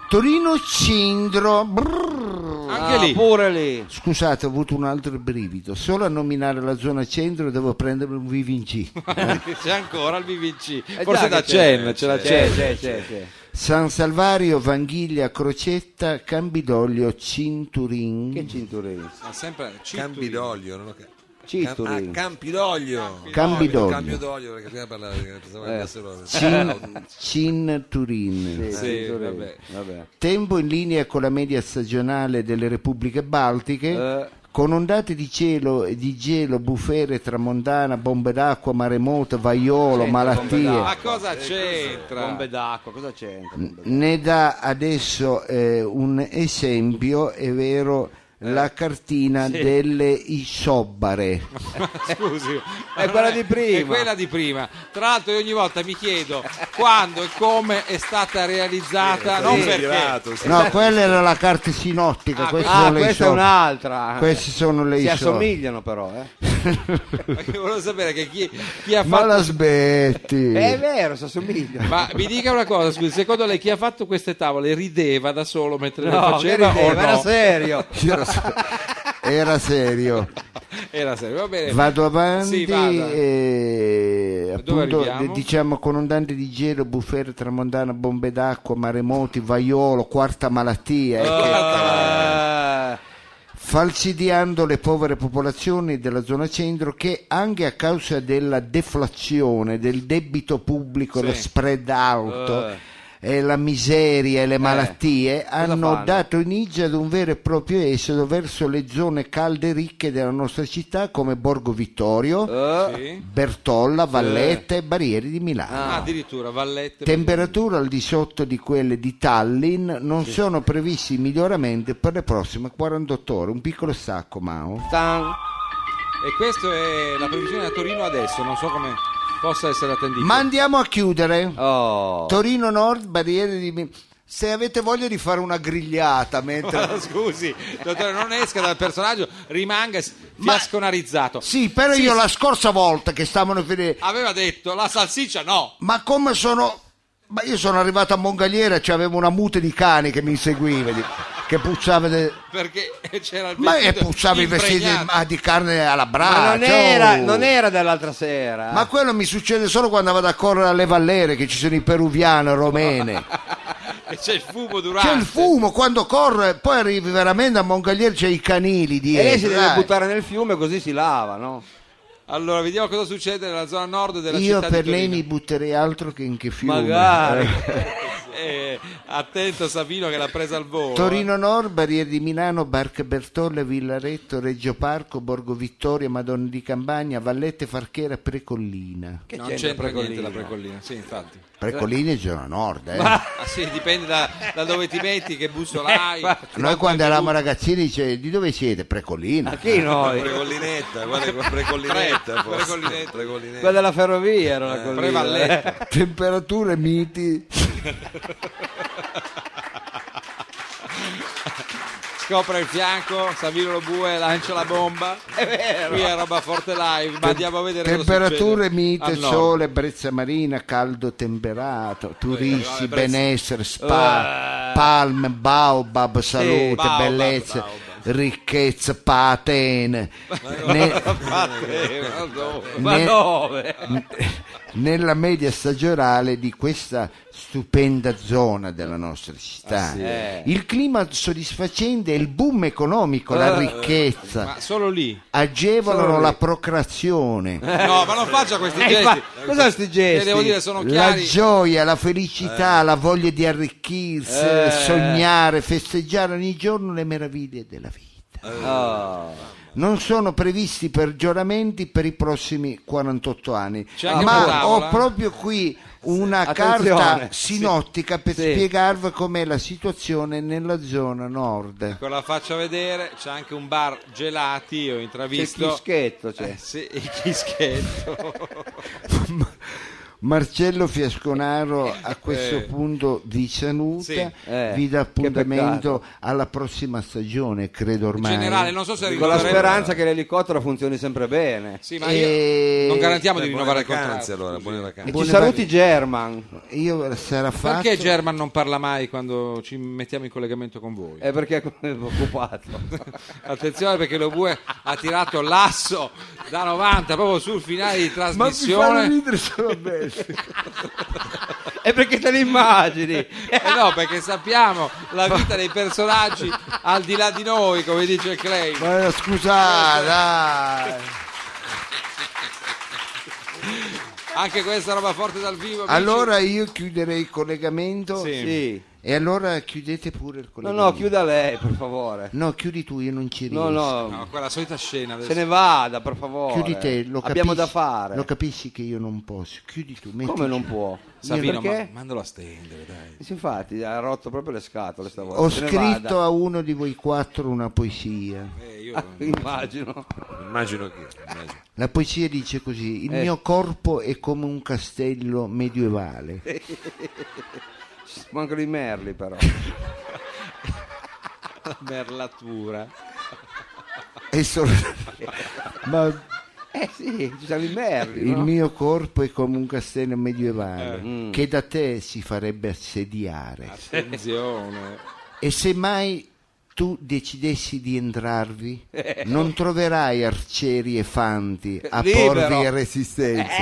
C: Torino Cindro. brrr.
A: Anche
E: Ah,
A: lì.
E: Pure lì.
C: Scusate, ho avuto un altro brivido. Solo a nominare la zona centro devo prendere un VVG.
A: c'è ancora il BVC.
E: Eh,
A: Forse
E: già
A: da
E: che c'è.
A: Cen, ce la
E: C'è,
A: Cen.
E: c'è, c'è. c'è.
C: San Salvario, Vanghiglia, Crocetta, Cambidoglio, Cinturin.
E: Che cinturino.
A: Ma sempre
D: Cambi d'olio, non ho cap-
E: Cituri.
D: Ah, Campidoglio.
C: Campidoglio.
D: Campidoglio, perché prima parlava di pensavo
E: Eh,
D: che andassero-
C: Cin, Cin Turin.
E: Sì,
D: Sì,
E: Cituri.
D: vabbè.
E: Vabbè.
C: Tempo in linea con la media stagionale delle repubbliche baltiche.
E: Eh.
C: Con ondate di cielo e di gelo, bufere, tramontana, bombe d'acqua, maremoto, vaiolo,
A: Ma
C: malattie.
A: cosa c'entra?
E: Bombe d'acqua, cosa c'entra?
C: Ne dà adesso eh, un esempio, è vero,
A: Eh.
C: la cartina delle isobare.
A: Scusi,
E: È quella di prima.
A: È quella di prima. Tra l'altro, io ogni volta mi chiedo quando e come è stata realizzata. non
D: Sì,
A: perché.
D: girato, sì.
C: No, quella era la carta sinottica,
A: Ah,
C: queste
E: Ah,
C: sono le
E: questa è
C: isobare.
E: un'altra.
C: Queste sono le
E: si
C: isobare.
E: assomigliano però, eh.
A: Perché volevo sapere che chi, chi ha
C: Ma
A: fatto. Eh,
C: la smetti.
E: È vero, si assomigliano.
A: Ma mi dica una cosa, scusi, secondo lei chi ha fatto queste tavole rideva da solo mentre le
E: No, che
A: faceva? o
E: rideva, era
A: no?
E: serio.
C: Era se- Era serio.
A: Era serio, va bene.
C: Vado avanti,
A: Sì, vada.
C: eh,
A: Dove
C: appunto,
A: arriviamo?
C: eh, diciamo con ondate di gelo, bufere, tramontana, bombe d'acqua, maremoti, vaiolo, quarta malattia. eh,
A: Ah.
C: che-
E: Eh,
C: falcidiando le povere popolazioni della zona centro che anche a causa della deflazione del debito pubblico, lo spread alto
A: Ah.
C: e la miseria e
A: Eh.
C: le malattie hanno
E: fanno?
C: dato inizio ad un vero e proprio esodo verso le zone calde ricche della nostra città come Borgo Vittorio,
A: Sì.
C: Bertolla, Valletta e Barriere di Milano.
A: Ah, addirittura Vallette.
C: Temperature al di sotto di quelle di Tallinn non sono previsti miglioramenti per le prossime 48 ore. Un piccolo sacco, Mao.
E: tan.
A: E questa è la previsione da Torino adesso, non so come possa essere attendibile.
C: Ma andiamo a chiudere.
E: Oh.
C: Torino Nord, barriere di. Mi- Se avete voglia di fare una grigliata mentre.
A: Scusi, dottore, non esca dal personaggio, rimanga s- fiasconarizzato.
C: Sì, però io la scorsa volta che stavano a finire.
A: Aveva detto la salsiccia no.
C: Ma come sono. Ma io sono arrivato a Mongagliera e c'avevo una mute di cani che mi inseguiva, di- che puzzava. de-
A: Perché c'era il
C: Ma e
A: vestito
C: puzzava i vestiti
A: impregnato.
C: ma di carne alla braccia.
E: Ma non era,
C: oh.
E: non era dell'altra sera.
C: Ma quello mi succede solo quando vado a correre alle Vallere che ci sono i peruviani, i romene.
A: E c'è il fumo durante.
C: C'è il fumo quando corre, poi arrivi veramente a Mongagliere c'è i canili
E: e
C: dietro.
E: lei si Eh, deve
C: dai.
E: buttare nel fiume così si lava, no?
A: Allora, vediamo cosa succede nella zona nord della
C: Io
A: città
C: per
A: di
C: lei
A: Torino.
C: mi butterei altro che in che fiume.
E: Magari.
A: Eh, attento Savino che l'ha presa al volo.
C: Torino Nord, Barriere di Milano, Barca Bertolle, Villaretto, Reggio Parco, Borgo Vittoria, Madonna di Campagna, Vallette, Farchera, Precollina.
A: non c'entra niente la precollina. Sì, infatti.
C: Precollina è zona nord, eh.
A: Ah, sì, dipende da, da dove ti metti, che bussolai.
C: Noi quando eravamo ragazzini dice di dove siete? Precollina.
E: Chi noi?
D: Precollinetta, guarda che precollinetta.
A: Pre-
D: forse.
A: precollinetta.
D: Precollinetta.
E: Quella della ferrovia era la collina.
A: Prevalletta.
C: Temperature miti.
A: Scopre il fianco, Savino lo bue, lancia la bomba. È vero. Qui è roba forte live, ma andiamo a vedere cosa
C: Temperature
A: succede
C: mite,
A: al nord.
C: sole, brezza marina, caldo temperato, turisti,
A: eh, Brezza- Eh.
C: benessere, spa, palme, baobab, salute,
A: baobab,
C: bellezza,
A: baobab.
C: ricchezza, patene. Ne-
A: Eh, ma no.
E: Ma
C: ne-
E: dove?
C: nella media stagionale di questa stupenda zona della nostra città.
A: Ah,
C: Il clima soddisfacente e il boom economico, la ricchezza
A: Eh, Ma solo lì.
C: agevolano la procreazione.
A: Eh, No, ma non faccia questi
E: Eh,
A: gesti.
E: fa- cosa sti
A: Che
E: gesti?
A: devo dire, sono
C: La
A: chiari. Eh.
C: gioia, la felicità, la voglia di arricchirsi, sognare, festeggiare ogni giorno le meraviglie della vita.
A: Eh,
E: Oh.
C: Non sono previsti peggioramenti per i prossimi 48 anni,
A: C'è anche una
C: ma
A: tavola?
C: ho proprio qui una
E: Attenzione.
C: carta sinottica per
E: Sì.
C: spiegarvi com'è la situazione nella zona nord.
A: Ecco, la faccia vedere, c'è anche un bar gelati, io ho
E: C'è
A: intravisto.
E: il chischetto, c'è.
A: Eh, sì, il chischetto.
C: Marcello Fiasconaro a questo punto vi saluta,
A: Eh. Sì.
E: Eh,
C: vi dà
E: che
C: appuntamento alla prossima stagione, credo ormai.
A: Generale, non so se
E: Con la
A: rinnoveremo.
E: speranza che l'elicottero funzioni sempre bene.
A: Sì, ma
C: E-
A: io non garantiamo
D: Beh,
A: di
D: buone
A: rinnovare il
D: vacanze
A: contratto.
D: allora, buone vacanze.
E: E ci
C: Buone
E: saluti German.
C: Io sarà fatto.
A: Perché German non parla mai quando ci mettiamo in collegamento con voi?
E: È perché è occupato.
A: Attenzione perché lo Bue ha tirato l'asso da 90 proprio sul finale di
C: Ma mi fanno
A: trasmissione.
C: ridere solo me.
E: È perché te li immagini.
A: Eh no, perché sappiamo la vita dei personaggi al di là di noi, come dice Clay.
C: Ma scusate. eh, dai.
A: Anche questa roba forte dal vivo. amici.
C: Allora io chiuderei il collegamento.
A: Sì.
E: Sì.
C: E allora chiudete pure il
E: No,
C: collegamento.
E: no, chiuda lei, per favore.
C: No, chiudi tu, io non ci riesco.
E: No, no,
A: No, quella solita scena. adesso.
E: se ne vada, per favore.
C: Chiudi te, lo capisci-
E: Abbiamo da fare.
C: Lo capisci che io non posso. Chiudi tu, metti
E: Come non può?
A: Savino, ma-
E: perché?
A: mandalo a stendere, dai.
E: Sì, infatti, ha rotto proprio le scatole stavolta.
C: Ho
E: Se ne
C: scritto
E: vada.
C: a uno di voi quattro una poesia.
A: Eh, io
E: Immagino.
D: Immagino che. immagino.
C: La poesia dice così: Il
E: Eh.
C: mio corpo è come un castello medievale.
E: Eh. Mancano i merli, però.
A: merlatura.
C: È solo- Ma
E: Eh sì, ci sono i merli,
C: il
E: no? Eh, mm.
C: mio corpo è come un castello medievale che da te si farebbe assediare.
A: Attenzione.
C: E se mai tu decidessi di entrarvi, non troverai arcieri e fanti a
E: Libero.
C: porvi a resistenza.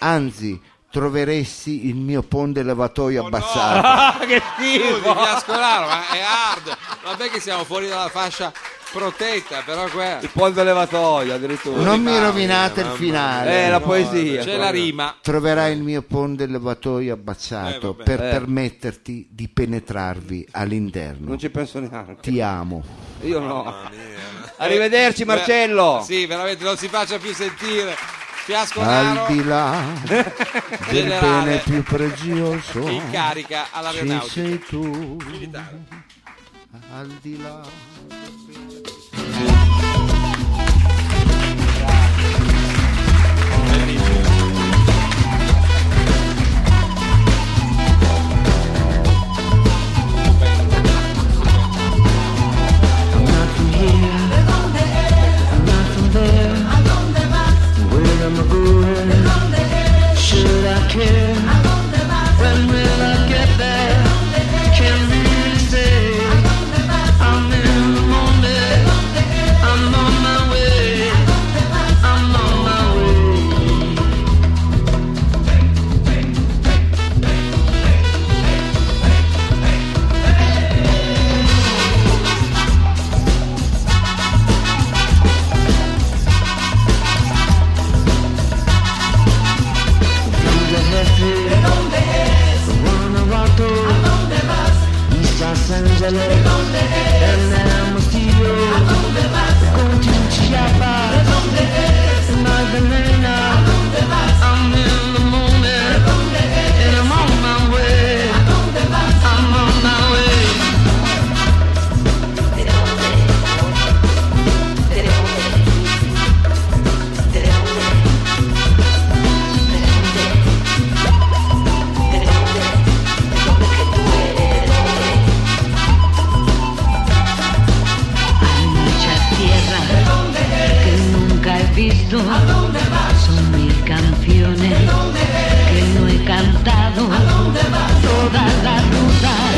C: Anzi, troveresti il mio ponte
E: Oh,
C: lavatoio abbassato.
E: Ah,
A: Scusi, Fiascolaro, ma è hard. Vabbè che siamo fuori dalla fascia protetta, però qua
E: Il ponte levatoio, addirittura.
C: Non
D: Ah, eh,
C: mi rovinate il finale.
E: Eh, la poesia.
A: c'è la
E: proprio.
A: rima.
C: Troverai il mio ponte levatoio abbassato per
E: Eh.
C: permetterti di penetrarvi all'interno.
E: Non ci penso neanche.
C: Ti amo.
E: Io no. Arrivederci, Marcello.
A: Beh, Eh, Sì, veramente non si faccia più sentire.
C: Al
A: Fiascolaro
C: di là del
A: Generale.
C: bene più prezioso
A: in carica
C: ci
A: all'aeronautica.
C: sei tu. Al di là.
G: Should I care? When will I get there? Can really say I'm in the moment. I'm on my way. I'm on my way.
M: mucha tierra que nunca he visto. Son mil canciones que no he cantado. Todas las rutas,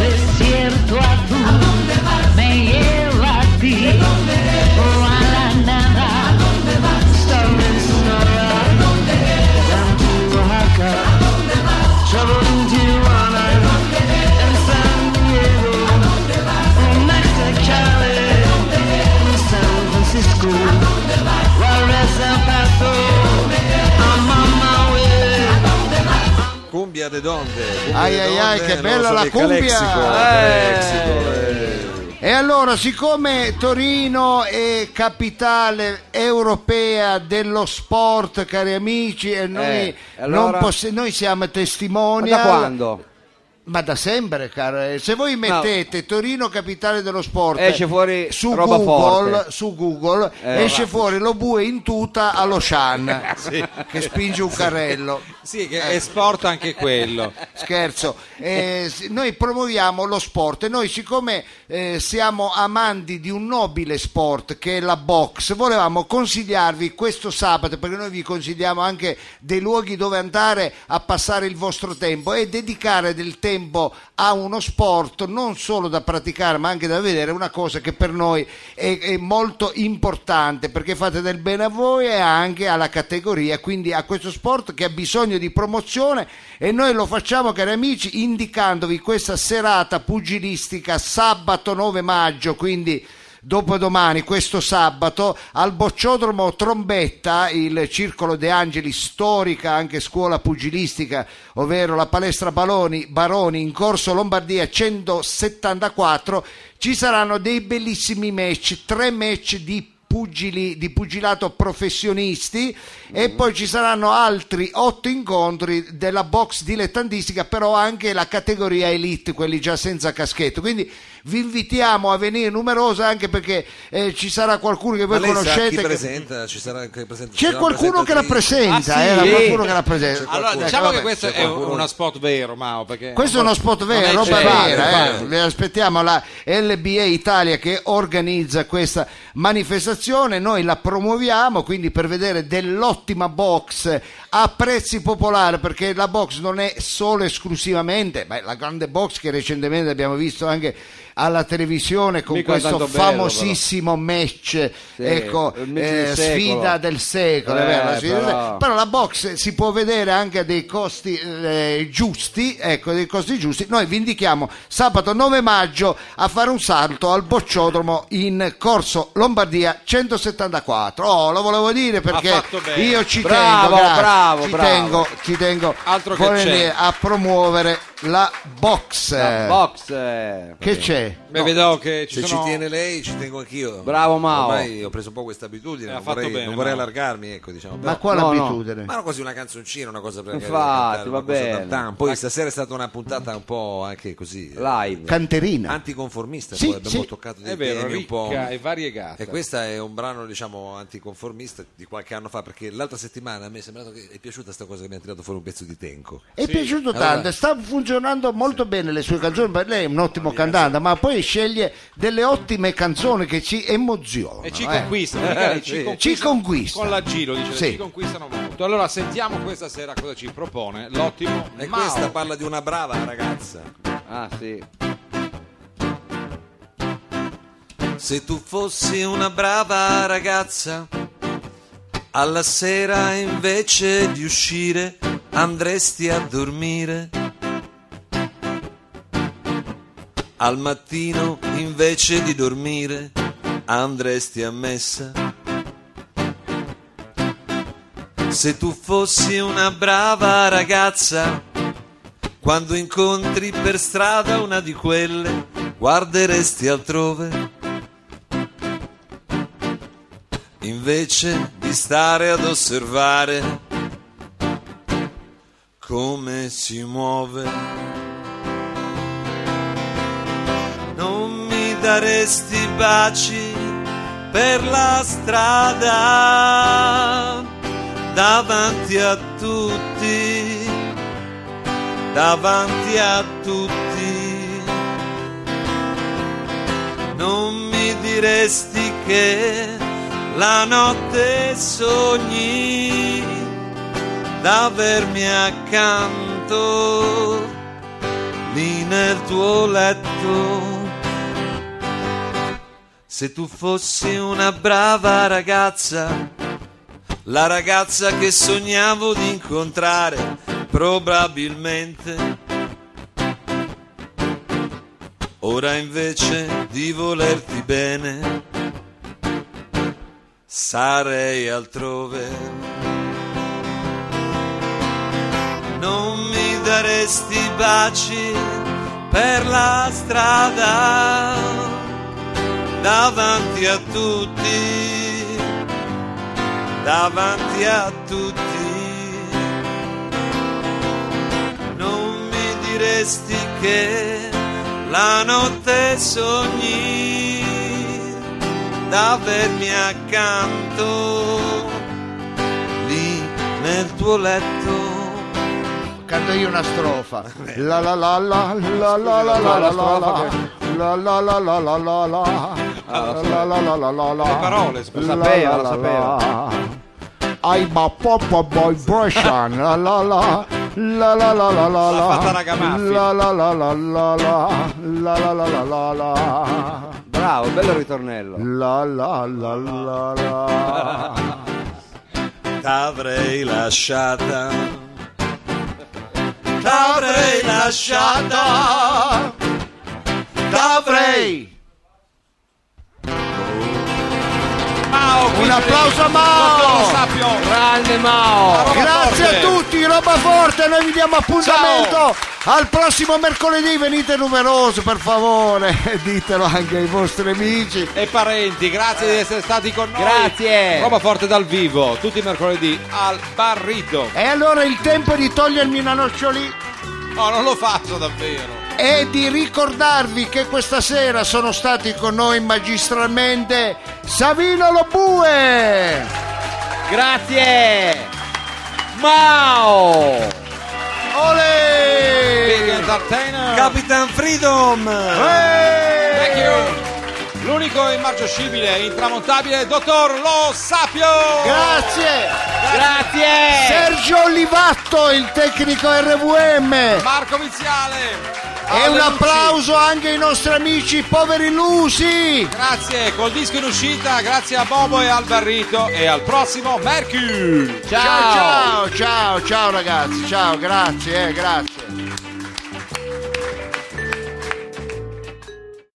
M: desierto azul, me lleva a ti o a la nada. Estaba en Sonora, Cancún, Oaxaca, Trouble in Tijuana, en San Diego, en Mexicali, en San Francisco, Juárez, El Paso, I'm on my way.
D: Cumbia de donde. cumbia
C: Ai,
D: de
C: ai, ai,
D: donde,
C: che
D: Eh, non
C: bella
D: so,
C: la
D: che
C: cumbia.
D: Calexico,
E: Eh,
D: Calexico, eh.
C: E allora, siccome Torino è capitale europea dello sport, cari amici, e noi,
E: Eh, allora?
C: non poss- noi siamo
E: Ma
C: testimoni.
E: da quando?
C: Ma da sempre, caro. Eh, Se voi mettete Torino capitale dello sport
E: Esce fuori
C: su,
E: roba
C: Google,
E: forte.
C: su Google,
E: Eh,
C: esce fuori lo bue in tuta allo Shan che spinge un carrello. Ecco.
A: Sì, che è sport anche quello.
C: Scherzo, Eh, s- noi promuoviamo lo sport e noi siccome eh, siamo amanti di un nobile sport che è la box, volevamo consigliarvi questo sabato, perché noi vi consigliamo anche dei luoghi dove andare a passare il vostro tempo e dedicare del tempo a uno sport non solo da praticare ma anche da vedere, una cosa che per noi è, è molto importante perché fate del bene a voi e anche alla categoria, quindi a questo sport che ha bisogno di promozione e noi lo facciamo cari amici indicandovi questa serata pugilistica sabato 9 maggio, quindi dopodomani, questo sabato, al Bocciodromo Trombetta, il Circolo De Angeli, storica anche scuola pugilistica, ovvero la palestra Baloni, Baroni in corso Lombardia 174, ci saranno dei bellissimi match, tre match di pugili di pugilato professionisti e poi ci saranno altri otto incontri della box dilettantistica però anche la categoria elite quelli già senza caschetto quindi vi invitiamo a venire numerosa anche perché eh, ci sarà qualcuno che voi
N: Ma lei sa
C: conoscete
N: chi
C: che-
N: presenta? Ci sarà che presenta- ci Ah,
C: c'è
N: sarà un
C: qualcuno che la
N: presentatrice?
C: presenta eh, era qualcuno che la presenta
A: Allora,
C: Ecco,
A: diciamo
C: vabbè,
A: che questo
C: c'è
A: è
C: qualcuno.
A: uno spot vero, Mao. Perché
C: questo è uno spot
A: Non è
C: vero, roba
A: certo.
C: vera, eh.
A: Vale.
C: Le aspettiamo la LBA Italia che organizza questa manifestazione, noi la promuoviamo quindi per vedere dell'ottima box a prezzi popolari perché la box non è solo esclusivamente, beh, la grande box che recentemente abbiamo visto anche alla televisione con
O: Mica
C: questo
O: tanto bello,
C: famosissimo match, ecco,
O: il match del
C: eh,
O: secolo.
C: sfida del secolo, è
O: Eh,
C: vero, la sfida del
O: però.
C: secolo. Però la box si può vedere anche a dei costi eh, giusti, ecco, dei costi giusti. Noi vi indichiamo sabato 9 maggio a fare un salto al bocciodromo in Corso Lombardia 174. Oh, lo volevo dire perché
A: Ha fatto bene.
C: io ci
O: Bravo,
C: tengo, grazie.
O: bravo,
C: ci
O: bravo.
C: tengo, ci tengo
A: Altro che
C: volentieri
A: c'è.
C: a promuovere la box.
O: La box. eh.
C: Che c'è?
A: Beh, vedo che ci
N: Se
A: sono...
N: ci tiene lei, ci tengo anch'io.
O: Bravo, Mao.
N: Ormai ho preso un po' questa abitudine,
A: Eh, ha
N: non
A: fatto
N: vorrei,
A: bene,
N: non vorrei
A: Mao.
N: allargarmi, ecco, diciamo.
C: Ma
N: però-
C: quale
O: no, no.
C: abitudine?
N: Ma era quasi una canzoncina, una cosa per
O: Infatti,
N: cantare,
O: va
N: una cosa
O: bene.
N: tantana. Poi stasera è stata una puntata un po' anche così eh,
O: Live.
C: Canterina.
N: anticonformista,
C: Sì,
N: poi abbiamo
C: sì.
N: toccato dei
A: È vero,
N: temi un po'.
A: ricca e variegata.
N: E questo è un brano, diciamo, anticonformista di qualche anno fa, perché l'altra settimana a me è sembrato che è piaciuta sta cosa che mi ha tirato fuori un pezzo di Tenco.
C: È piaciuto tanto, sta funzionando molto bene le sue canzoni, per lei è un
A: Ah,
C: ottimo cantante, ma poi sceglie delle ottime canzoni che ci emozionano.
A: E ci
C: eh.
A: conquistano, mica
N: Sì.
A: lei, ci conquistano.
C: Ci conquista.
A: Con la Giro dice,
C: Sì.
A: ci conquistano molto. Allora sentiamo questa sera cosa ci propone l'ottimo
N: E
A: Mao.
N: questa parla di una brava ragazza.
O: Ah, sì.
N: Se tu fossi una brava ragazza, alla sera invece di uscire andresti a dormire. Al mattino invece di dormire andresti a messa. Se tu fossi una brava ragazza, quando incontri per strada una di quelle, guarderesti altrove. invece di stare ad osservare come si muove. Non mi daresti baci per la strada davanti a tutti, davanti a tutti non mi diresti che la notte sogni d'avermi accanto lì nel tuo letto. Se tu fossi una brava ragazza, la ragazza che sognavo di incontrare, probabilmente Ora invece di volerti bene, sarei altrove. Non mi daresti baci per la strada, davanti a tutti, davanti a tutti non mi diresti che la notte sogni d'avermi accanto lì nel tuo letto.
C: Canto io una strofa. La la la la la la la la la la la la la la la la la la la la la la la la
A: Le parole,
C: lo
A: scusa.
O: sapeva, lo sapeva.
C: I'm a papa boy Brushan. La la la la la la la la
A: L'ha
C: la
A: fatta Ragamaffi.
C: la la la la la la la la la la la
O: Bravo, bello ritornello.
C: La la la la la.
N: T'avrei lasciata. T'avrei lasciata. T'avrei.
C: Forza Mao!
A: Grande Mao!
C: Grazie a tutti, roba forte, noi vi diamo appuntamento al prossimo mercoledì, venite numerosi per favore, ditelo anche ai vostri amici.
A: E parenti, grazie di essere stati con noi.
E: Grazie.
A: Roba forte dal vivo, tutti i mercoledì al Barrito.
C: E allora il tempo è di togliermi una nocciolina
A: No, non lo faccio davvero.
C: e di ricordarvi che questa sera sono stati con noi magistralmente Savino Lobue,
E: Grazie!
A: Mao! Big
C: Ole,
A: Entertainer.
D: Capitan Freedom!
A: Thank you. L'unico immarcioscibile, intramontabile, dottor Lo Sapio!
C: grazie.
A: Eh.
E: Grazie!
C: Sergio Olivatto, il tecnico RVM.
A: Marco Viziale!
C: E un
A: Alle luci.
C: applauso anche ai nostri amici poveri Lusi.
A: Grazie, col disco in uscita, grazie a Bobo e al Barrito e al prossimo Mercury!
C: Ciao ciao ciao, ciao ragazzi, ciao, grazie, eh, grazie.